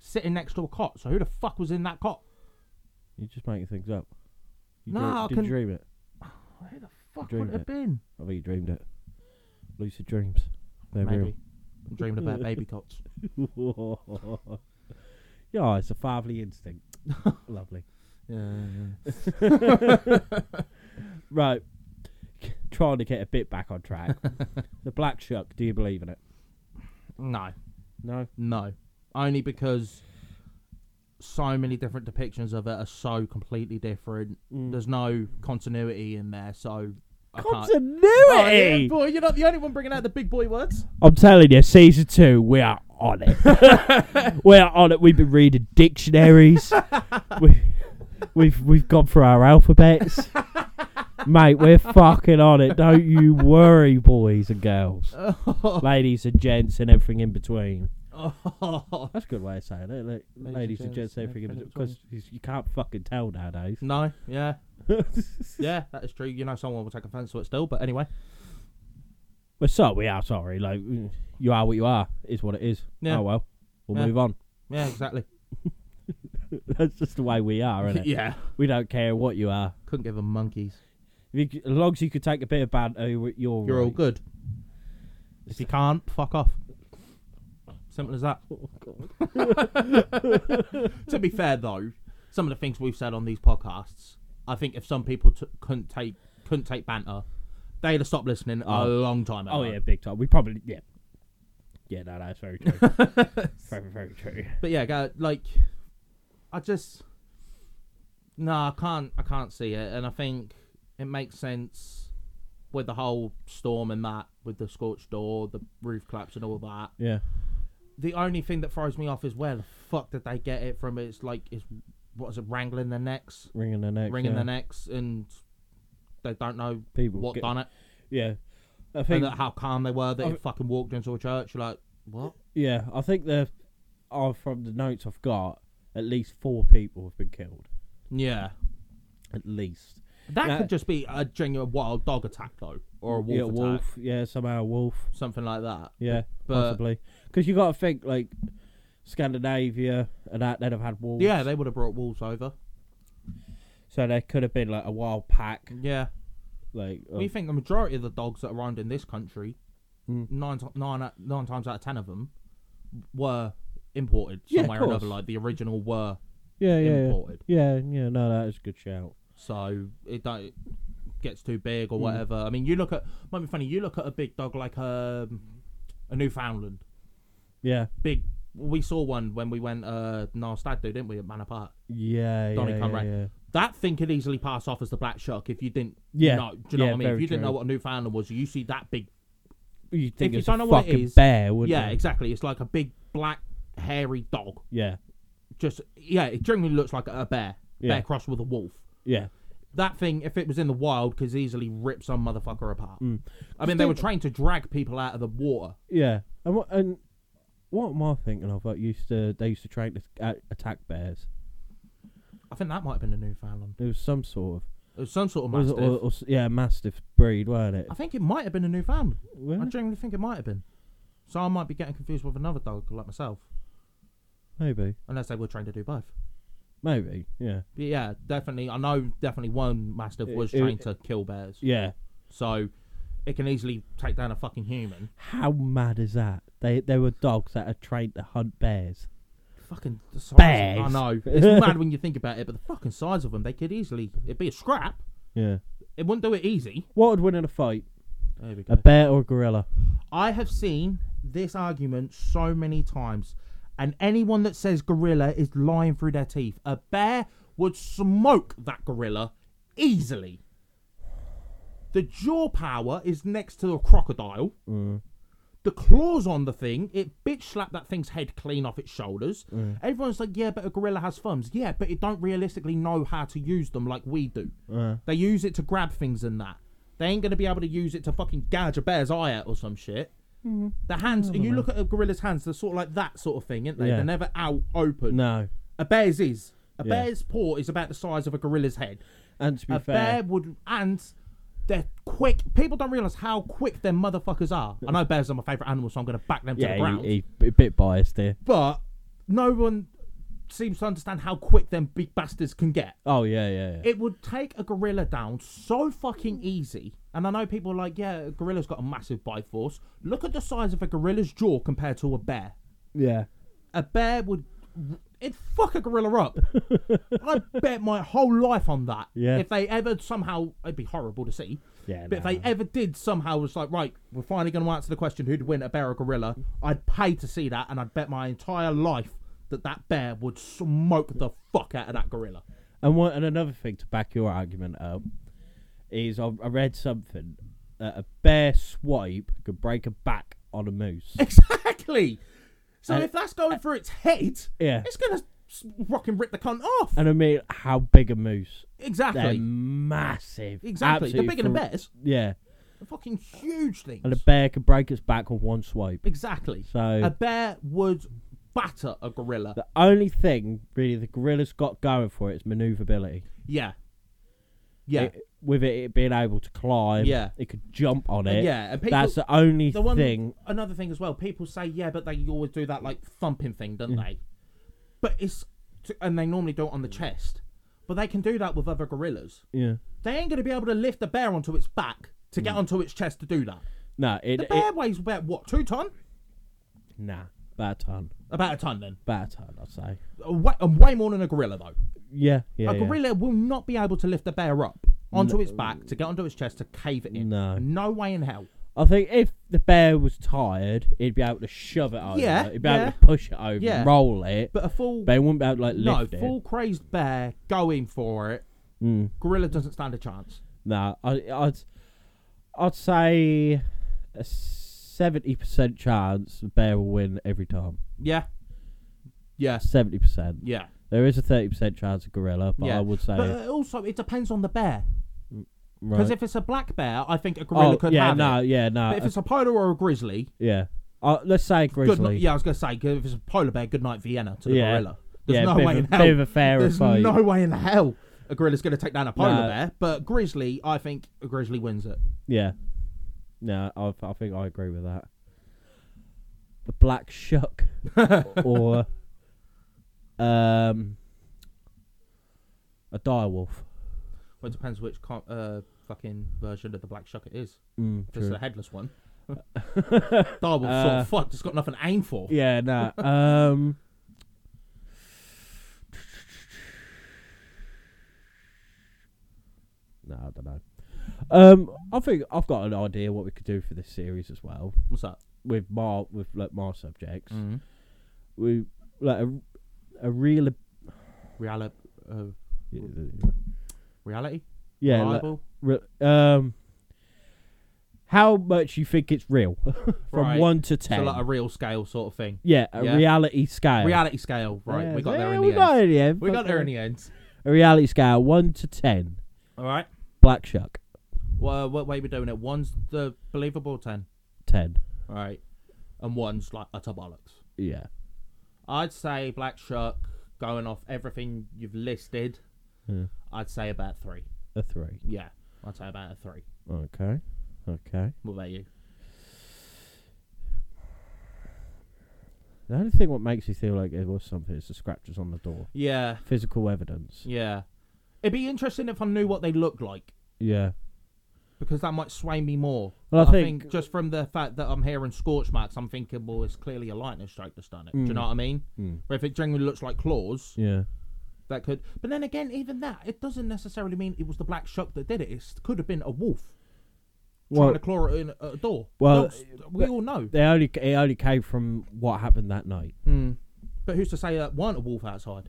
Speaker 1: sitting next to a cot. So who the fuck was in that cot?
Speaker 2: you're just making things up. You
Speaker 1: Nah,
Speaker 2: dream-
Speaker 1: I
Speaker 2: did
Speaker 1: can-
Speaker 2: you dream it?
Speaker 1: Who the fuck
Speaker 2: Dreamed
Speaker 1: would it have
Speaker 2: it.
Speaker 1: been?
Speaker 2: I think you dreamed it. Lucid dreams. They're
Speaker 1: Maybe. I'm dreaming about baby cots.
Speaker 2: real. yeah, it's a fatherly instinct. Lovely.
Speaker 1: Yeah, yeah.
Speaker 2: Right. Trying to get a bit back on track. the Black Shuck, do you believe in it?
Speaker 1: No,
Speaker 2: No.
Speaker 1: no. Only because so many different depictions of it are so completely different.
Speaker 2: Mm.
Speaker 1: There's no continuity in there, so I can't.
Speaker 2: Continuity!
Speaker 1: Oh,
Speaker 2: eh?
Speaker 1: yeah, boy, you're not the only one bringing out the big boy words.
Speaker 2: I'm telling you, season two, we are on it. we are on it. We've been reading dictionaries. we, we've we've gone through our alphabets, mate. We're fucking on it. Don't you worry, boys and girls, ladies and gents, and everything in between.
Speaker 1: Oh.
Speaker 2: That's a good way of saying it. like,
Speaker 1: and
Speaker 2: ladies and
Speaker 1: gents,
Speaker 2: gents, everything in
Speaker 1: everything in
Speaker 2: between. Because you can't fucking tell nowadays.
Speaker 1: No, yeah. yeah, that is true. You know, someone will take offense to it still, but anyway.
Speaker 2: We're sorry. We are sorry. Like mm, you are what you are. Is what it is.
Speaker 1: Yeah.
Speaker 2: Oh well. We'll
Speaker 1: Yeah.
Speaker 2: move on.
Speaker 1: Yeah, exactly.
Speaker 2: That's just the way we are, isn't it?
Speaker 1: yeah.
Speaker 2: We don't care what you are.
Speaker 1: Couldn't give them monkeys.
Speaker 2: If you, as long as you could take a bit of banter, you're
Speaker 1: You're all good. If you can't, fuck off. Simple as that.
Speaker 2: Oh,
Speaker 1: to be fair, though, some of the things we've said on these podcasts, I think if some people t- couldn't take couldn't take banter, they'd have stopped listening a
Speaker 2: Oh.
Speaker 1: long time ago.
Speaker 2: Oh yeah, big time. We probably yeah, yeah. No, that's very true. very very true.
Speaker 1: But yeah, go- like, I just no, I can't, I can't see it, and I think it makes sense with the whole storm and that, with the scorched door, the roof collapse, and all that.
Speaker 2: Yeah,
Speaker 1: The only thing that throws me off is where the fuck did they get it from? It's like, it's what is it, wrangling their necks,
Speaker 2: ringing the neck.
Speaker 1: wringing
Speaker 2: yeah.
Speaker 1: their necks, and they don't know
Speaker 2: People
Speaker 1: what
Speaker 2: get-
Speaker 1: done it,
Speaker 2: Yeah, I
Speaker 1: and
Speaker 2: think.
Speaker 1: that how calm they were that
Speaker 2: I
Speaker 1: it fucking walked into a church. You're like, what?
Speaker 2: yeah, I think the. Oh, from the notes I've got, at least four people have been killed.
Speaker 1: Yeah,
Speaker 2: At least.
Speaker 1: that
Speaker 2: Now-
Speaker 1: could just be a genuine wild dog attack though, or a wolf
Speaker 2: yeah,
Speaker 1: attack.
Speaker 2: wolf. Yeah, somehow a wolf.
Speaker 1: something like that.
Speaker 2: Yeah,
Speaker 1: But-
Speaker 2: possibly. Because you got to think like Scandinavia and that they'd have had wolves.
Speaker 1: Yeah, they would have brought wolves over.
Speaker 2: so there could have been like a wild pack.
Speaker 1: Yeah,
Speaker 2: Like
Speaker 1: we
Speaker 2: of-
Speaker 1: think the majority of the dogs that are owned in this country,
Speaker 2: Mm.
Speaker 1: nine, ti- nine, out- nine times out of ten of them, were imported
Speaker 2: Yeah, of
Speaker 1: somewhere or another.
Speaker 2: course.
Speaker 1: Like the original were
Speaker 2: yeah, yeah, yeah.
Speaker 1: imported.
Speaker 2: Yeah, yeah, no, that is a good shout.
Speaker 1: So it don't it gets too big
Speaker 2: Hmm.
Speaker 1: or whatever. I mean, you look at might be funny. You look at a big dog like um, a Newfoundland.
Speaker 2: Yeah,
Speaker 1: Big. We saw one when we went uh Narstad, do didn't we at Manor Park?
Speaker 2: yeah,
Speaker 1: Donny
Speaker 2: yeah,
Speaker 1: Conrad.
Speaker 2: yeah, yeah.
Speaker 1: That thing could easily pass off as the black shark if you didn't
Speaker 2: Yeah,
Speaker 1: know. Do you know
Speaker 2: yeah,
Speaker 1: what I mean? If
Speaker 2: very
Speaker 1: you didn't know
Speaker 2: true.
Speaker 1: what a Newfoundland was, you see that big
Speaker 2: You think
Speaker 1: you
Speaker 2: it's
Speaker 1: don't
Speaker 2: a
Speaker 1: know what it
Speaker 2: fucking
Speaker 1: is-
Speaker 2: bear, wouldn't
Speaker 1: Yeah,
Speaker 2: it?
Speaker 1: exactly. It's like a big black hairy dog.
Speaker 2: yeah,
Speaker 1: Just yeah, it generally looks like a bear.
Speaker 2: Yeah.
Speaker 1: Bear crossed with a wolf.
Speaker 2: yeah.
Speaker 1: That thing, if it was in the wild, could easily rip some motherfucker apart.
Speaker 2: Mm.
Speaker 1: I mean, they were trying to drag people out of the water.
Speaker 2: Yeah, and what and what am I thinking of? Like used to they used to train to uh, attack bears.
Speaker 1: I think that might have been a Newfoundland.
Speaker 2: There was some sort
Speaker 1: It was some sort of
Speaker 2: of, was
Speaker 1: mastiff.
Speaker 2: it, or, or, s- yeah, mastiff breed, weren't it?
Speaker 1: I think it might have been a Newfoundland. I
Speaker 2: Well,
Speaker 1: generally think it might have been. So I might be getting confused with another dog like myself,
Speaker 2: maybe,
Speaker 1: unless they were trained to do both.
Speaker 2: maybe, yeah,
Speaker 1: But yeah, definitely. I know definitely one mastiff
Speaker 2: It-
Speaker 1: was
Speaker 2: it-
Speaker 1: trained to kill bears,
Speaker 2: yeah.
Speaker 1: so it can easily take down a fucking human.
Speaker 2: How mad is that? They there were dogs that are trained to hunt bears.
Speaker 1: fucking the size.
Speaker 2: Bags.
Speaker 1: I know it's mad when you think about it, but the fucking size of them, they could easily it'd be a scrap.
Speaker 2: Yeah.
Speaker 1: It wouldn't do it easy.
Speaker 2: What would win in a fight?
Speaker 1: There we go.
Speaker 2: A bear or a gorilla?
Speaker 1: I have seen this argument so many times, and anyone that says gorilla is lying through their teeth. A bear would smoke that gorilla easily. The jaw power is next to a crocodile.
Speaker 2: Mm.
Speaker 1: The claws on the thing, it bitch slapped that thing's head clean off its shoulders.
Speaker 2: Mm.
Speaker 1: Everyone's like, yeah, but a gorilla has thumbs. Yeah, but it don't realistically know how to use them like we do.
Speaker 2: Mm.
Speaker 1: They use it to grab things and that. They ain't gonna be able to use it to fucking gouge a bear's eye out or some shit. The hands, you look at a gorilla's hands, they're sort of like that sort of thing, aren't they?
Speaker 2: Yeah.
Speaker 1: They're never out open.
Speaker 2: No.
Speaker 1: A bear's is. A
Speaker 2: Yeah.
Speaker 1: bear's paw is about the size of a gorilla's head.
Speaker 2: And to be
Speaker 1: a bear
Speaker 2: fair,
Speaker 1: would, and they're quick. People don't realize how quick them motherfuckers are. I know bears are my favorite animal, so I'm gonna back them to the
Speaker 2: yeah,
Speaker 1: ground.
Speaker 2: he, he- a bit biased here.
Speaker 1: But no one seems to understand how quick them big bastards can get
Speaker 2: Oh yeah, yeah, yeah.
Speaker 1: it would take a gorilla down so fucking easy. And I know people are like, yeah, a gorilla's got a massive bite force. Look at the size of a gorilla's jaw compared to a bear.
Speaker 2: yeah.
Speaker 1: A bear would. It'd fuck a gorilla up. I bet my whole life on that.
Speaker 2: Yeah.
Speaker 1: If they ever somehow. It'd be horrible to see.
Speaker 2: Yeah,
Speaker 1: But
Speaker 2: no.
Speaker 1: if they ever did somehow was like, right, we're finally going to answer the question who'd win, a bear or gorilla, I'd pay to see that. And I'd bet my entire life that that bear would smoke the fuck out of that gorilla.
Speaker 2: And one, and another thing to back your argument up is I, I read something that a bear swipe could break a back on a moose.
Speaker 1: Exactly. So
Speaker 2: And-
Speaker 1: if that's going through its head,
Speaker 2: Yeah.
Speaker 1: it's gonna s- fucking rip the cunt off.
Speaker 2: and I mean, how big a moose? They're
Speaker 1: exactly.
Speaker 2: massive.
Speaker 1: Exactly. They're
Speaker 2: Absolutely
Speaker 1: bigger than
Speaker 2: fer-
Speaker 1: bears.
Speaker 2: Yeah.
Speaker 1: They're fucking huge things.
Speaker 2: And a bear could break its back with one swipe.
Speaker 1: exactly.
Speaker 2: So-
Speaker 1: a bear would batter a gorilla.
Speaker 2: The only thing really the gorilla's got going for it is maneuverability.
Speaker 1: yeah. Yeah.
Speaker 2: It- with it, it being able to climb,
Speaker 1: Yeah.
Speaker 2: it could jump on
Speaker 1: And
Speaker 2: it.
Speaker 1: yeah, and people-
Speaker 2: that's the only
Speaker 1: the one
Speaker 2: thing.
Speaker 1: another thing as well. People say yeah, but they always do that like thumping thing, don't they? But it's and they normally do it on the chest. But they can do that with other gorillas.
Speaker 2: Yeah,
Speaker 1: They ain't gonna be able to lift a bear onto its back to get onto its chest to do that.
Speaker 2: no, Mm. it,
Speaker 1: The
Speaker 2: it
Speaker 1: bear weighs about what, two ton?
Speaker 2: nah, about a ton,
Speaker 1: About a ton then.
Speaker 2: about a ton, I'd say.
Speaker 1: A Way, a way more than a gorilla though.
Speaker 2: Yeah, yeah,
Speaker 1: a
Speaker 2: yeah.
Speaker 1: gorilla will not be able to lift a bear up onto its back to get onto its chest to cave it in.
Speaker 2: No.
Speaker 1: No way in hell.
Speaker 2: I think if the bear was tired, he'd be able to shove it over.
Speaker 1: Yeah,
Speaker 2: he'd be
Speaker 1: yeah.
Speaker 2: able to push it over,
Speaker 1: Yeah.
Speaker 2: and roll it, but,
Speaker 1: But a full
Speaker 2: he wouldn't be able to like
Speaker 1: no,
Speaker 2: lift
Speaker 1: full
Speaker 2: it. Mm,
Speaker 1: crazed bear going for it. Gorilla doesn't stand a chance.
Speaker 2: Nah, I, I'd, I'd say a seventy percent chance the bear will win every time.
Speaker 1: Yeah. Yes.
Speaker 2: Seventy percent.
Speaker 1: Yeah.
Speaker 2: There is a thirty percent chance of gorilla, but
Speaker 1: yeah.
Speaker 2: I would say
Speaker 1: But uh, also it depends on the bear.
Speaker 2: right.
Speaker 1: Because if it's a black bear, I think a gorilla
Speaker 2: oh,
Speaker 1: could
Speaker 2: yeah,
Speaker 1: have
Speaker 2: no,
Speaker 1: it.
Speaker 2: yeah, no, uh,
Speaker 1: But if it's a polar or a grizzly,
Speaker 2: yeah. Uh, let's say grizzly.
Speaker 1: Good night, yeah, I was gonna say good- if it's a polar bear, good night Vienna to the
Speaker 2: Yeah.
Speaker 1: gorilla. There's
Speaker 2: Yeah,
Speaker 1: no
Speaker 2: bit of
Speaker 1: way
Speaker 2: a-
Speaker 1: in
Speaker 2: bit
Speaker 1: hell.
Speaker 2: of a fairer
Speaker 1: There's
Speaker 2: fight.
Speaker 1: no way in hell a gorilla's gonna take down a polar
Speaker 2: No.
Speaker 1: bear. But grizzly, I think a grizzly wins it.
Speaker 2: Yeah. No, I, I think I agree with that. The black shuck or um a dire wolf.
Speaker 1: Well, it depends which con- uh, fucking version of the black shuck it is.
Speaker 2: Mm,
Speaker 1: If it's
Speaker 2: true.
Speaker 1: the headless one. Darwin sort
Speaker 2: Uh,
Speaker 1: of fucked. It's got nothing to aim for.
Speaker 2: Yeah, no. um No, I don't know. Um I think I've got an idea what we could do for this series as well.
Speaker 1: What's that?
Speaker 2: With my with like my subjects.
Speaker 1: Mm.
Speaker 2: We like a, a real
Speaker 1: Reali- uh, reality.
Speaker 2: yeah like,
Speaker 1: Reliable?
Speaker 2: re- um how much you think it's real from
Speaker 1: Right.
Speaker 2: 1 to
Speaker 1: so
Speaker 2: 10
Speaker 1: like a real scale sort of thing.
Speaker 2: yeah a
Speaker 1: yeah.
Speaker 2: reality scale
Speaker 1: Reality scale. Right,
Speaker 2: Yeah,
Speaker 1: we got there
Speaker 2: yeah,
Speaker 1: in
Speaker 2: we
Speaker 1: the
Speaker 2: got
Speaker 1: end.
Speaker 2: it in the end
Speaker 1: We got there in
Speaker 2: end
Speaker 1: the end.
Speaker 2: a reality scale 1 to 10
Speaker 1: All right.
Speaker 2: black shark
Speaker 1: Well, what way we doing it? One's the believable ten,
Speaker 2: 10
Speaker 1: right, and one's like utter bollocks.
Speaker 2: yeah
Speaker 1: I'd say Black Shark, going off everything you've listed,
Speaker 2: Yeah.
Speaker 1: I'd say about three.
Speaker 2: a 3
Speaker 1: Yeah, I'd say about a three.
Speaker 2: okay okay
Speaker 1: What about you?
Speaker 2: the only thing what makes you feel like it was something is the scratches on the door
Speaker 1: Yeah,
Speaker 2: physical evidence
Speaker 1: yeah. It'd be interesting if I knew what they looked like.
Speaker 2: yeah
Speaker 1: because that might sway me more.
Speaker 2: Well, I
Speaker 1: I
Speaker 2: think-
Speaker 1: think, just from the fact that I'm hearing scorch marks, I'm thinking, well, it's clearly a lightning strike that's done it. Do you know what I mean? Where if it generally looks like claws,
Speaker 2: Mm. Yeah.
Speaker 1: that could. But then again, even that, it doesn't necessarily mean it was the black shark that did it. It could have been a wolf
Speaker 2: Well-
Speaker 1: trying to claw in a door.
Speaker 2: Well, uh,
Speaker 1: That's- we all know.
Speaker 2: They only it only came from what happened that night.
Speaker 1: Mm. But who's to say that weren't a wolf outside?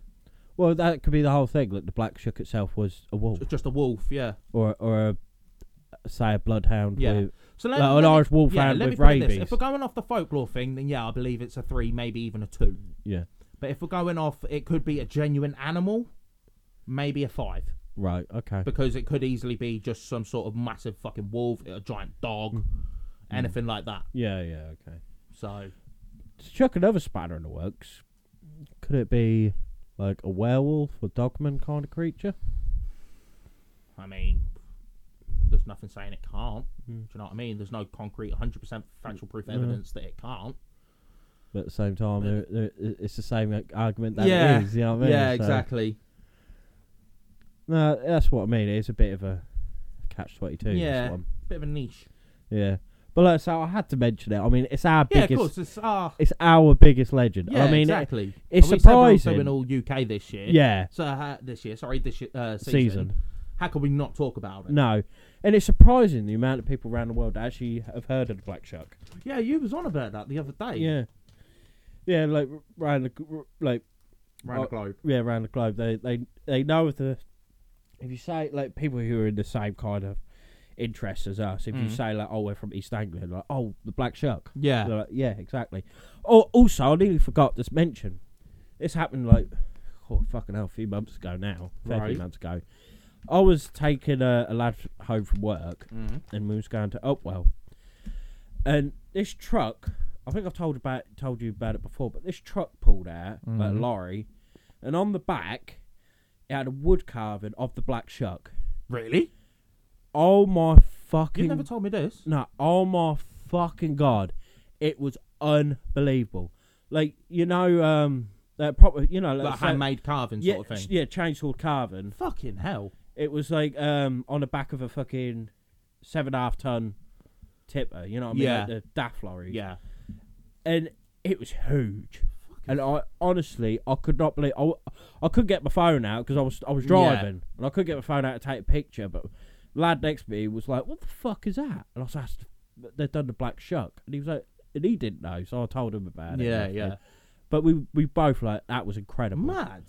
Speaker 2: Well, that could be the whole thing. Like the black shook itself was a wolf,
Speaker 1: It's just a wolf, yeah.
Speaker 2: or or a, say a bloodhound.
Speaker 1: Yeah.
Speaker 2: with-
Speaker 1: So let,
Speaker 2: Like an
Speaker 1: let me-
Speaker 2: Irish wolfhound
Speaker 1: yeah, let me
Speaker 2: with
Speaker 1: put it this.
Speaker 2: rabies.
Speaker 1: If we're going off the folklore thing, then yeah, I believe it's a three, maybe even a two.
Speaker 2: yeah.
Speaker 1: But if we're going off, it could be a genuine animal, maybe a five,
Speaker 2: Right. Okay.
Speaker 1: because it could easily be just some sort of massive fucking wolf, a giant dog,
Speaker 2: Mm.
Speaker 1: anything like that.
Speaker 2: yeah. Yeah. Okay.
Speaker 1: So
Speaker 2: To chuck another spanner in the works, could it be like a werewolf or dogman kind of creature?
Speaker 1: I mean, there's nothing saying it can't.
Speaker 2: Mm.
Speaker 1: Do you know what I mean? There's no concrete, 100% factual proof evidence that it can't.
Speaker 2: But at the same time, there- there- it's the same argument that it is. You know what I mean?
Speaker 1: yeah,
Speaker 2: So-
Speaker 1: exactly.
Speaker 2: No, that's what I mean. It's a bit of a catch twenty two.
Speaker 1: Yeah, bit of a niche.
Speaker 2: Yeah. But like, so I had to mention it. I mean, it's our
Speaker 1: Yeah,
Speaker 2: biggest.
Speaker 1: of course. It's our
Speaker 2: It's our biggest legend.
Speaker 1: Yeah,
Speaker 2: I mean, it-
Speaker 1: exactly.
Speaker 2: it's
Speaker 1: And we said we were
Speaker 2: surprising.
Speaker 1: doing all UK this year.
Speaker 2: Yeah.
Speaker 1: So uh, this year, sorry, this year, uh, season.
Speaker 2: Season.
Speaker 1: How can we not talk about it?
Speaker 2: no, and it's surprising the amount of people around the world that actually have heard of the black shark.
Speaker 1: Yeah, you was on about that the other day.
Speaker 2: Yeah, yeah, like round the gl- like
Speaker 1: Round
Speaker 2: Oh,
Speaker 1: the globe.
Speaker 2: yeah around the globe. They they they know of the if you say like people who are in the same kind of interest as us. If you say like oh we're from East Anglia, like oh the black shark.
Speaker 1: Mm. Yeah.
Speaker 2: They're like, yeah, exactly. Oh, also I nearly forgot to mention. This happened like oh fucking hell, a few months ago now, a fair few
Speaker 1: Right.
Speaker 2: months ago. I was taking a, a lad home from work,
Speaker 1: Mhm.
Speaker 2: and we was going to Upwell. And this truck, I think I've told about told you about it before, but this truck pulled out, like a
Speaker 1: Mm-hmm.
Speaker 2: lorry, and on the back, it had a wood carving of the black shark.
Speaker 1: Really?
Speaker 2: Oh my
Speaker 1: You
Speaker 2: fucking!
Speaker 1: never told me this.
Speaker 2: No, oh my fucking god, it was unbelievable. Like you know, um, that proper, you know,
Speaker 1: Like
Speaker 2: so-
Speaker 1: handmade carving
Speaker 2: yeah,
Speaker 1: sort of thing.
Speaker 2: yeah, chainsaw carving.
Speaker 1: Fucking hell.
Speaker 2: It was like um on the back of a fucking seven and a half ton tipper. You know what I mean?
Speaker 1: Yeah.
Speaker 2: Like the daff lorry.
Speaker 1: Yeah.
Speaker 2: and it was huge. And I honestly, I could not believe I, w- I couldn't get my phone out because I was I was
Speaker 1: Yeah.
Speaker 2: driving and I couldn't get my phone out to take a picture. But lad next to me was like, "What the fuck is that?" And I was asked, "They've done the black shark," and he was like, and he didn't know, so I told him about it. and
Speaker 1: Yeah,
Speaker 2: everything.
Speaker 1: yeah.
Speaker 2: But we we both like that was incredible.
Speaker 1: Mad.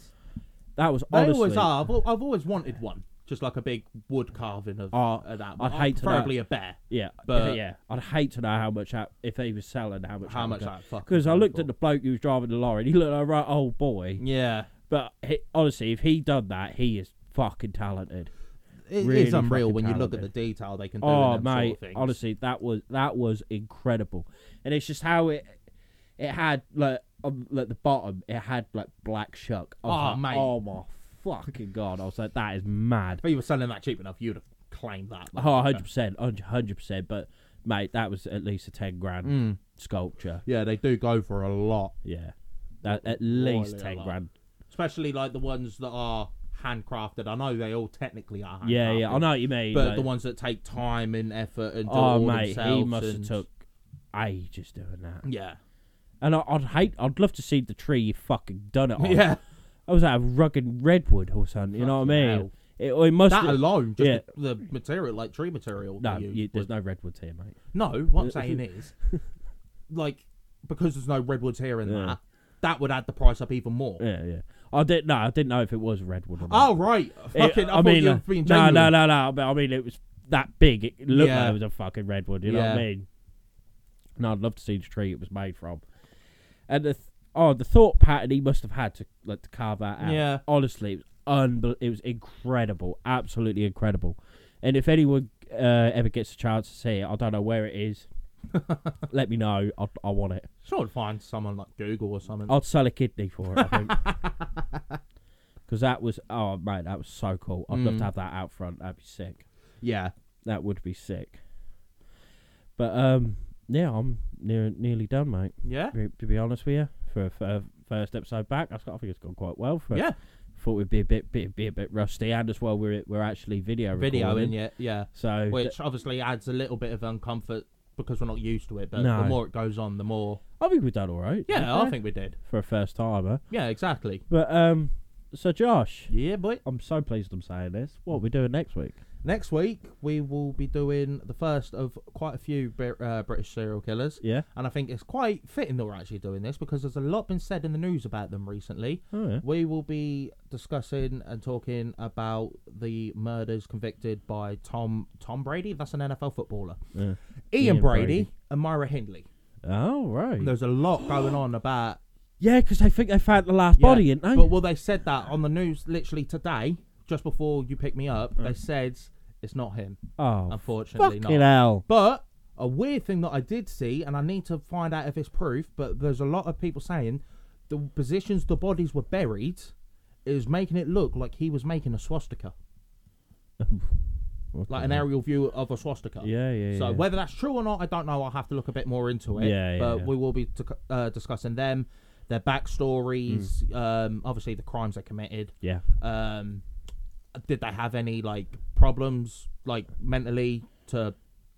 Speaker 2: That was
Speaker 1: They
Speaker 2: honestly.
Speaker 1: always are. I've, al- I've always wanted one. Just like a big wood carving of,
Speaker 2: Oh,
Speaker 1: of that.
Speaker 2: I'd hate to know.
Speaker 1: Probably a bear.
Speaker 2: Yeah,
Speaker 1: But-
Speaker 2: yeah, I'd hate to know how much that, if they was selling how much
Speaker 1: How much that fucking
Speaker 2: because I
Speaker 1: goes
Speaker 2: looked
Speaker 1: for.
Speaker 2: at the bloke who was driving the lorry and he looked like a right old boy.
Speaker 1: Yeah.
Speaker 2: But he, honestly, if he done that, he is fucking talented.
Speaker 1: It is
Speaker 2: Really
Speaker 1: unreal
Speaker 2: fucking
Speaker 1: when you look at the
Speaker 2: talented.
Speaker 1: detail they can do.
Speaker 2: Oh
Speaker 1: in them
Speaker 2: mate,
Speaker 1: sort of things.
Speaker 2: honestly, that was that was incredible, and it's just how it it had like on like the bottom, it had like black shuck. I was
Speaker 1: Oh,
Speaker 2: like,
Speaker 1: mate.
Speaker 2: oh my fucking god! I was like, that is mad.
Speaker 1: If you were selling that cheap enough, you'd have claimed that.
Speaker 2: Oh, 100 percent, hundred percent. But mate, that was at least a ten grand
Speaker 1: Mm.
Speaker 2: sculpture.
Speaker 1: Yeah, they do go for a lot,
Speaker 2: Yeah, that, at least
Speaker 1: Royally a
Speaker 2: ten
Speaker 1: lot.
Speaker 2: grand.
Speaker 1: especially like the ones that are handcrafted. I know they all technically are. Handcrafted,
Speaker 2: Yeah, yeah, I know what you mean.
Speaker 1: But
Speaker 2: like-
Speaker 1: the ones that take time and effort and do
Speaker 2: oh
Speaker 1: all
Speaker 2: mate,
Speaker 1: themselves.
Speaker 2: he must have
Speaker 1: and-
Speaker 2: took ages doing that.
Speaker 1: Yeah,
Speaker 2: And I, I'd hate, I'd love to see the tree you fucking done it on.
Speaker 1: yeah.
Speaker 2: I was at a rugged redwood or something. You know what I
Speaker 1: Fucking
Speaker 2: mean?
Speaker 1: hell.
Speaker 2: It, or it must.
Speaker 1: That alone, just
Speaker 2: yeah.
Speaker 1: the, the material, like tree material.
Speaker 2: no,
Speaker 1: you
Speaker 2: you, there's
Speaker 1: would-
Speaker 2: no redwoods here, mate.
Speaker 1: no. What I'm saying is, like, because there's no redwoods here and
Speaker 2: Yeah.
Speaker 1: that, that would add the price up even more.
Speaker 2: Yeah, yeah. I didn't. No, I didn't know if it was redwood or not.
Speaker 1: Oh right,
Speaker 2: It-
Speaker 1: fucking. I,
Speaker 2: I mean,
Speaker 1: mean, you
Speaker 2: uh,
Speaker 1: were being
Speaker 2: no,
Speaker 1: genuine.
Speaker 2: no, no, no. But I mean, it was that big. It looked like
Speaker 1: Yeah.
Speaker 2: it was a fucking redwood. You know what I
Speaker 1: Yeah.
Speaker 2: mean? No, I'd love to see the tree it was made from. And the th- oh, the thought pattern he must have had to like to carve that out.
Speaker 1: Yeah.
Speaker 2: honestly, it was unbel- It was incredible, absolutely incredible. And if anyone uh, ever gets a chance to see it, I don't know where it is. let me know. I, I want it.
Speaker 1: Sure, I'd find someone like Google or something.
Speaker 2: I'd sell a kidney for it. I think. Because that was oh mate, that was so cool. I'd
Speaker 1: Mm.
Speaker 2: love to have that out front. That'd be sick.
Speaker 1: Yeah.
Speaker 2: That would be sick. But um, yeah, I'm near nearly done, mate.
Speaker 1: Yeah.
Speaker 2: To be- To be honest with you, for a fir- first episode back, I s- I think it's gone quite well. For
Speaker 1: Yeah.
Speaker 2: Thought we'd be a bit, bit, be a bit rusty, and as well, we're we're actually video recording.
Speaker 1: videoing it, yeah.
Speaker 2: So
Speaker 1: Which obviously adds a little bit of uncomfort because we're not used to it. But
Speaker 2: No.
Speaker 1: the more it goes on, the more.
Speaker 2: I think we've done all right. to be
Speaker 1: Yeah, I
Speaker 2: fair,
Speaker 1: think we did.
Speaker 2: for a first timer.
Speaker 1: Yeah, exactly.
Speaker 2: But um, so Josh,
Speaker 1: Yeah, boy.
Speaker 2: I'm so pleased I'm saying this. What are we doing next week?
Speaker 1: Next week we will be doing the first of quite a few Brit- uh, British serial killers,
Speaker 2: Yeah.
Speaker 1: and I think it's quite fitting that we're actually doing this because there's a lot been said in the news about them recently.
Speaker 2: Oh yeah.
Speaker 1: We will be discussing and talking about the murders convicted by Tom Tom Brady. That's an NFL footballer.
Speaker 2: Yeah.
Speaker 1: Ian,
Speaker 2: Ian
Speaker 1: Brady,
Speaker 2: Brady.
Speaker 1: and Myra Hindley.
Speaker 2: Oh right.
Speaker 1: There's a lot going on about
Speaker 2: Yeah, because they think they found the last body,
Speaker 1: Yeah,
Speaker 2: didn't they?
Speaker 1: But well, they said that on the news literally today, just before you picked me up. They said it's not him,
Speaker 2: oh,
Speaker 1: unfortunately
Speaker 2: fucking
Speaker 1: not.
Speaker 2: hell.
Speaker 1: But a weird thing that I did see, and I need to find out if it's proof. But there's a lot of people saying the positions the bodies were buried is making it look like he was making a swastika, like an aerial view of a swastika.
Speaker 2: Yeah, yeah,
Speaker 1: So
Speaker 2: yeah.
Speaker 1: whether that's true or not, I don't know. I'll have to look a bit more into it.
Speaker 2: Yeah, yeah,
Speaker 1: But
Speaker 2: yeah.
Speaker 1: we will be t- uh, discussing them, their backstories,
Speaker 2: Hmm.
Speaker 1: um, obviously the crimes they committed.
Speaker 2: Yeah.
Speaker 1: Um, did they have any like problems, like mentally, to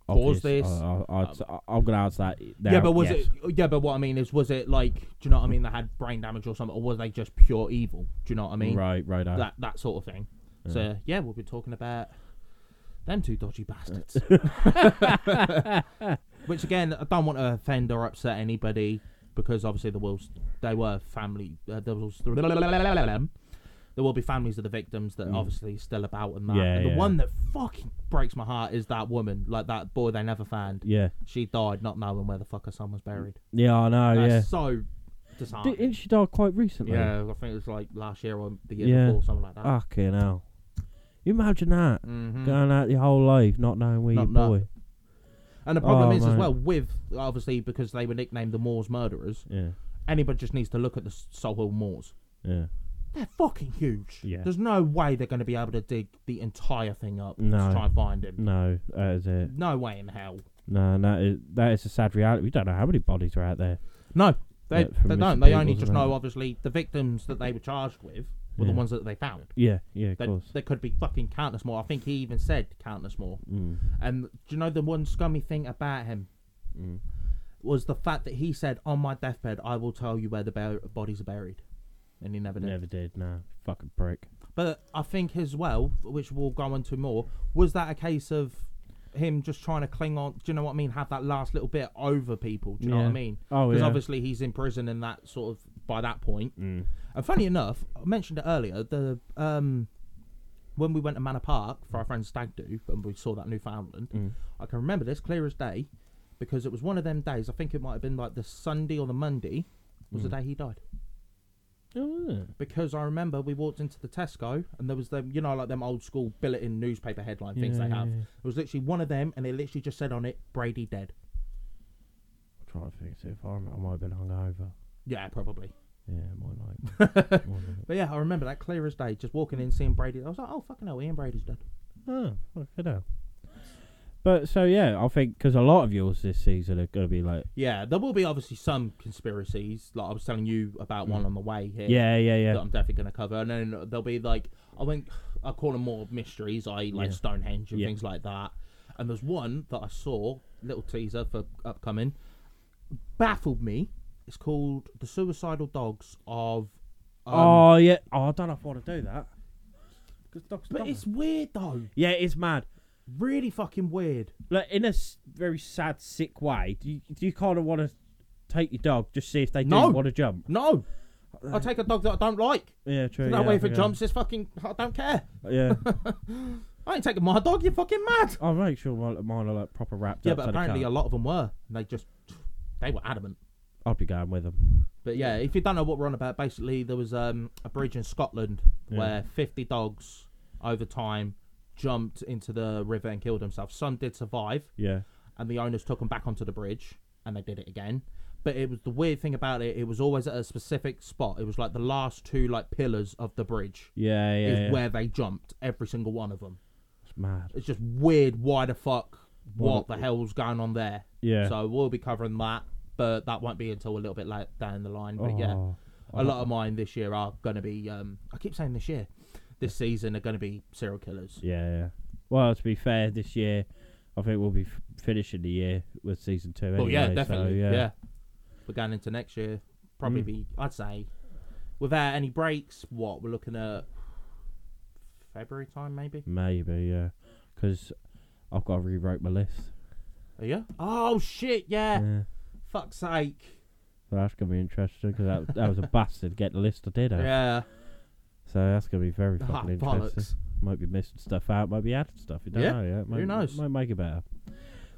Speaker 1: cause
Speaker 2: Obvious.
Speaker 1: this? um,
Speaker 2: I, I, I, I'm gonna answer that. Now.
Speaker 1: yeah, but was
Speaker 2: yes.
Speaker 1: it? Yeah, but what I mean is, was it like, do you know what I mean? They had brain damage or something, or were they just pure evil? Do you know what I mean?
Speaker 2: right? Right. I-
Speaker 1: That that sort of thing. So yeah, we'll be talking about them two dodgy bastards. Which again, I don't want to offend or upset anybody because obviously the wills they were family. Uh, there was there will be families of the victims that obviously still about and that.
Speaker 2: Mm. Yeah,
Speaker 1: and the
Speaker 2: yeah.
Speaker 1: one that fucking breaks my heart is that woman, like that boy they never found.
Speaker 2: Yeah.
Speaker 1: She died not knowing where the fuck her son was buried.
Speaker 2: Yeah. I know.
Speaker 1: That's
Speaker 2: Oh,
Speaker 1: so
Speaker 2: Yeah. Did,
Speaker 1: disheartening.
Speaker 2: didn't she die quite recently?
Speaker 1: yeah, I think it was like last year or the year
Speaker 2: Yeah. Ah.
Speaker 1: before, something like that.
Speaker 2: Fucking hell. You imagine that
Speaker 1: Mhm.
Speaker 2: going out your whole life not knowing where
Speaker 1: Not
Speaker 2: your boy.
Speaker 1: And the problem
Speaker 2: Oh,
Speaker 1: is as
Speaker 2: mate.
Speaker 1: well with obviously because they were nicknamed the Moors murderers.
Speaker 2: Yeah.
Speaker 1: Anybody just needs to look at the Soho Moors.
Speaker 2: Yeah.
Speaker 1: They're fucking huge.
Speaker 2: Yeah.
Speaker 1: There's no way they're going to be able to dig the entire thing up
Speaker 2: No.
Speaker 1: to try and find him.
Speaker 2: No, that is it.
Speaker 1: No way in hell.
Speaker 2: No, and that is that is a sad reality. We don't know how many bodies are out there.
Speaker 1: No, they,
Speaker 2: Yeah, from
Speaker 1: they
Speaker 2: missing
Speaker 1: don't. They only
Speaker 2: people's
Speaker 1: just know
Speaker 2: amount.
Speaker 1: obviously the victims that they were charged with were the
Speaker 2: Yeah.
Speaker 1: ones that they found.
Speaker 2: Yeah, yeah, of
Speaker 1: There,
Speaker 2: course.
Speaker 1: there could be fucking countless more. I think he even said countless more.
Speaker 2: Mm.
Speaker 1: And do you know the one scummy thing about him
Speaker 2: Mm.
Speaker 1: was the fact that he said, "On my deathbed, I will tell you where the bur- bodies are buried," and he never did.
Speaker 2: Never did. No, fucking prick.
Speaker 1: But I think as well, which we'll go into more, was that a case of him just trying to cling on? Do you know what I mean? Have that last little bit over people. Do you know what I
Speaker 2: Yeah.
Speaker 1: mean?
Speaker 2: Oh,
Speaker 1: Because
Speaker 2: yeah.
Speaker 1: obviously he's in prison and that sort of by that point.
Speaker 2: Mm.
Speaker 1: And funny enough, I mentioned it earlier. The um, when we went to Manor Park for our friend's stag do, and we saw that Newfoundland,
Speaker 2: Mm.
Speaker 1: I can remember this clear as day, because it was one of them days. I think it might have been like the Sunday or the Monday was
Speaker 2: Mm.
Speaker 1: the day he died.
Speaker 2: Oh, yeah.
Speaker 1: Because I remember we walked into the Tesco and there was them, you know, like them old school bulletin newspaper headline things
Speaker 2: Yeah,
Speaker 1: they
Speaker 2: yeah,
Speaker 1: have.
Speaker 2: yeah.
Speaker 1: It was literally one of them, and it literally just said on it, "Brady dead."
Speaker 2: I'm trying to think. See if I, remember, I might have been hungover.
Speaker 1: Yeah, probably.
Speaker 2: Yeah, might like. might like.
Speaker 1: But yeah, I remember that clear as day. Just walking in, seeing Brady. I was like, "Oh fucking hell, Ian Brady's dead."
Speaker 2: Oh, fucking hell. But so yeah, I think because a lot of yours this season are gonna be like,
Speaker 1: Yeah, there will be obviously some conspiracies. Like I was telling you about one on the way here.
Speaker 2: Mm. yeah, yeah, yeah,
Speaker 1: That I'm definitely going to cover. And then there'll be like, I went, I call them more mysteries, i.e., like
Speaker 2: Yeah.
Speaker 1: Stonehenge and
Speaker 2: Yeah.
Speaker 1: things like that. And there's one that I saw, little teaser for upcoming, baffled me. It's called The Suicidal Dogs of. Um,
Speaker 2: oh yeah. Oh, I don't know if I want to do that.
Speaker 1: but it's weird though.
Speaker 2: yeah, it's mad.
Speaker 1: Really fucking weird.
Speaker 2: Like in a s- very sad, sick way. Do you, do you kind of want to take your dog just see if they do
Speaker 1: No.
Speaker 2: want to jump?
Speaker 1: No!
Speaker 2: Uh,
Speaker 1: I take a dog that I don't like.
Speaker 2: Yeah, true.
Speaker 1: There's no way if it jumps, it's fucking. I don't care.
Speaker 2: Yeah,
Speaker 1: I ain't taking my dog, you're fucking mad!
Speaker 2: I'll make sure my, mine are like proper wrapped
Speaker 1: Yeah,
Speaker 2: up.
Speaker 1: but
Speaker 2: so they
Speaker 1: apparently a
Speaker 2: can't-
Speaker 1: lot of them were. And they just, they were adamant.
Speaker 2: I'll be going with them.
Speaker 1: But yeah, if you don't know what we're on about, basically there was um, a bridge in Scotland where 50 dogs over time jumped into the river and killed themselves. Some did survive,
Speaker 2: Yeah,
Speaker 1: and the owners took them back onto the bridge, and they did it again. But it was the weird thing about it; it was always at a specific spot. It was like the last two like pillars of the bridge
Speaker 2: yeah, yeah.
Speaker 1: is
Speaker 2: yeah.
Speaker 1: where they jumped. Every single one of them.
Speaker 2: It's mad.
Speaker 1: It's just weird. Why the fuck? What
Speaker 2: What
Speaker 1: the hell's going on there?
Speaker 2: Yeah.
Speaker 1: So we'll be covering that, but that won't be until a little bit late down the line. But yeah,
Speaker 2: Oh.
Speaker 1: a lot of mine this year are going to be. Um, I keep saying this year, this season are going to be serial killers.
Speaker 2: Yeah, yeah. Well, to be fair, this year, I think we'll be f- finishing the year with season two.
Speaker 1: Well,
Speaker 2: Anyway,
Speaker 1: yeah,
Speaker 2: so,
Speaker 1: definitely.
Speaker 2: yeah.
Speaker 1: yeah. we're going into next year. Probably
Speaker 2: Mm.
Speaker 1: be, I'd say, without any breaks. What we're looking at February time, maybe.
Speaker 2: Maybe, yeah. Because I've got to rewrite my list.
Speaker 1: Are you? Oh shit! Yeah.
Speaker 2: Yeah.
Speaker 1: Fuck's sake.
Speaker 2: So that's going to be interesting because that, that was a bastard getting the list I did. have.
Speaker 1: Yeah.
Speaker 2: So that's going to be very
Speaker 1: Ah,
Speaker 2: fucking interesting.
Speaker 1: bollocks.
Speaker 2: Might be missing stuff out, might be adding stuff. You don't
Speaker 1: Yeah,
Speaker 2: know yet. Might,
Speaker 1: knows?
Speaker 2: Might make it better.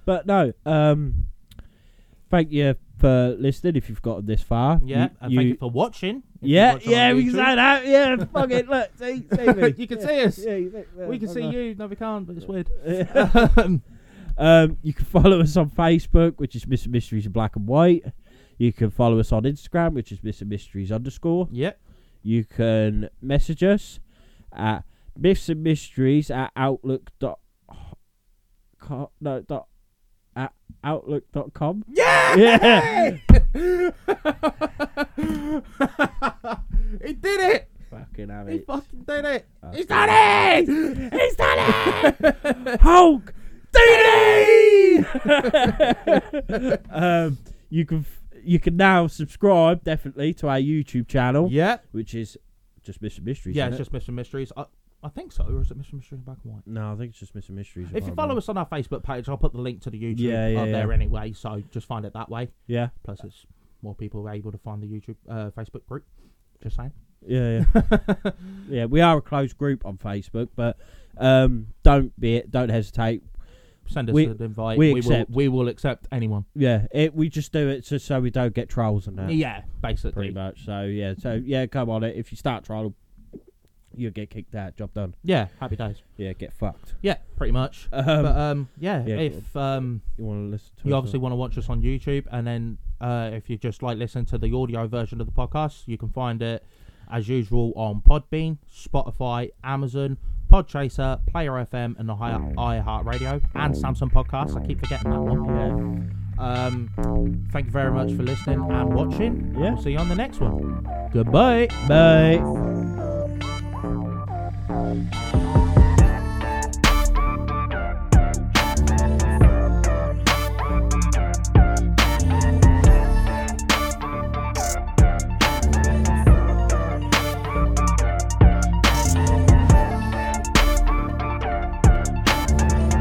Speaker 2: But no, um, thank you for listening if you've gotten this far.
Speaker 1: Yeah.
Speaker 2: You-
Speaker 1: and
Speaker 2: you-
Speaker 1: thank you for watching. If you
Speaker 2: yeah,
Speaker 1: watch on
Speaker 2: yeah, we can
Speaker 1: YouTube.
Speaker 2: say that. Yeah, fuck it. Look, see, see me.
Speaker 1: You can
Speaker 2: yeah,
Speaker 1: see us.
Speaker 2: Yeah, you think- yeah,
Speaker 1: We can see
Speaker 2: okay.
Speaker 1: you. No, we can't. But it's weird.
Speaker 2: um, you can follow us on Facebook, which is Mr. Mysteries in Black and White. You can follow us on Instagram, which is Mr. Mysteries underscore.
Speaker 1: Yep.
Speaker 2: You can message us at myths and mysteries at outlook dot com, no dot at outlook dot com.
Speaker 1: Yeah.
Speaker 2: Yeah.
Speaker 1: he did it.
Speaker 2: Fucking have
Speaker 1: He
Speaker 2: it.
Speaker 1: fucking did it. He's
Speaker 2: Fucking-
Speaker 1: done it. He's done it.
Speaker 2: Hulk. um, you can f- you can now subscribe definitely to our YouTube channel,
Speaker 1: yeah.
Speaker 2: which is just Mr. Mysteries.
Speaker 1: Yeah,
Speaker 2: isn't
Speaker 1: it's
Speaker 2: it?
Speaker 1: just Mr. Mysteries. I, I think so. Or is it Mr. Mysteries Black and White?
Speaker 2: no. I think it's just Mr. Mysteries.
Speaker 1: If you follow us on our Facebook page, I'll put the link to the YouTube
Speaker 2: Yeah, yeah,
Speaker 1: up there
Speaker 2: yeah.
Speaker 1: anyway. So just find it that way.
Speaker 2: yeah,
Speaker 1: Plus, it's more people are able to find the YouTube uh, Facebook group. Just saying.
Speaker 2: yeah, yeah, yeah. We are a closed group on Facebook, but um, don't be don't hesitate.
Speaker 1: Send us
Speaker 2: We-
Speaker 1: an invite.
Speaker 2: we
Speaker 1: will,
Speaker 2: accept.
Speaker 1: we will accept anyone.
Speaker 2: Yeah, it, we just do it so, so we don't get trolls and that.
Speaker 1: Yeah, basically.
Speaker 2: pretty much. So yeah, so yeah, come on. If you start trial, you'll get kicked out. Job done.
Speaker 1: Yeah, happy days.
Speaker 2: Yeah, get fucked.
Speaker 1: Yeah, pretty much.
Speaker 2: Um,
Speaker 1: but um, yeah,
Speaker 2: yeah,
Speaker 1: if um,
Speaker 2: you want to listen to?
Speaker 1: you
Speaker 2: us
Speaker 1: obviously want to watch us on YouTube, and then uh, if you just like listen to the audio version of the podcast, you can find it as usual on Podbean, Spotify, Amazon, Podchaser, Player FM, and the higher iHeartRadio and Samsung Podcasts. I keep forgetting that one. Um, thank you very much for listening and watching.
Speaker 2: Yeah.
Speaker 1: We'll see you on the next one. Goodbye.
Speaker 2: Bye.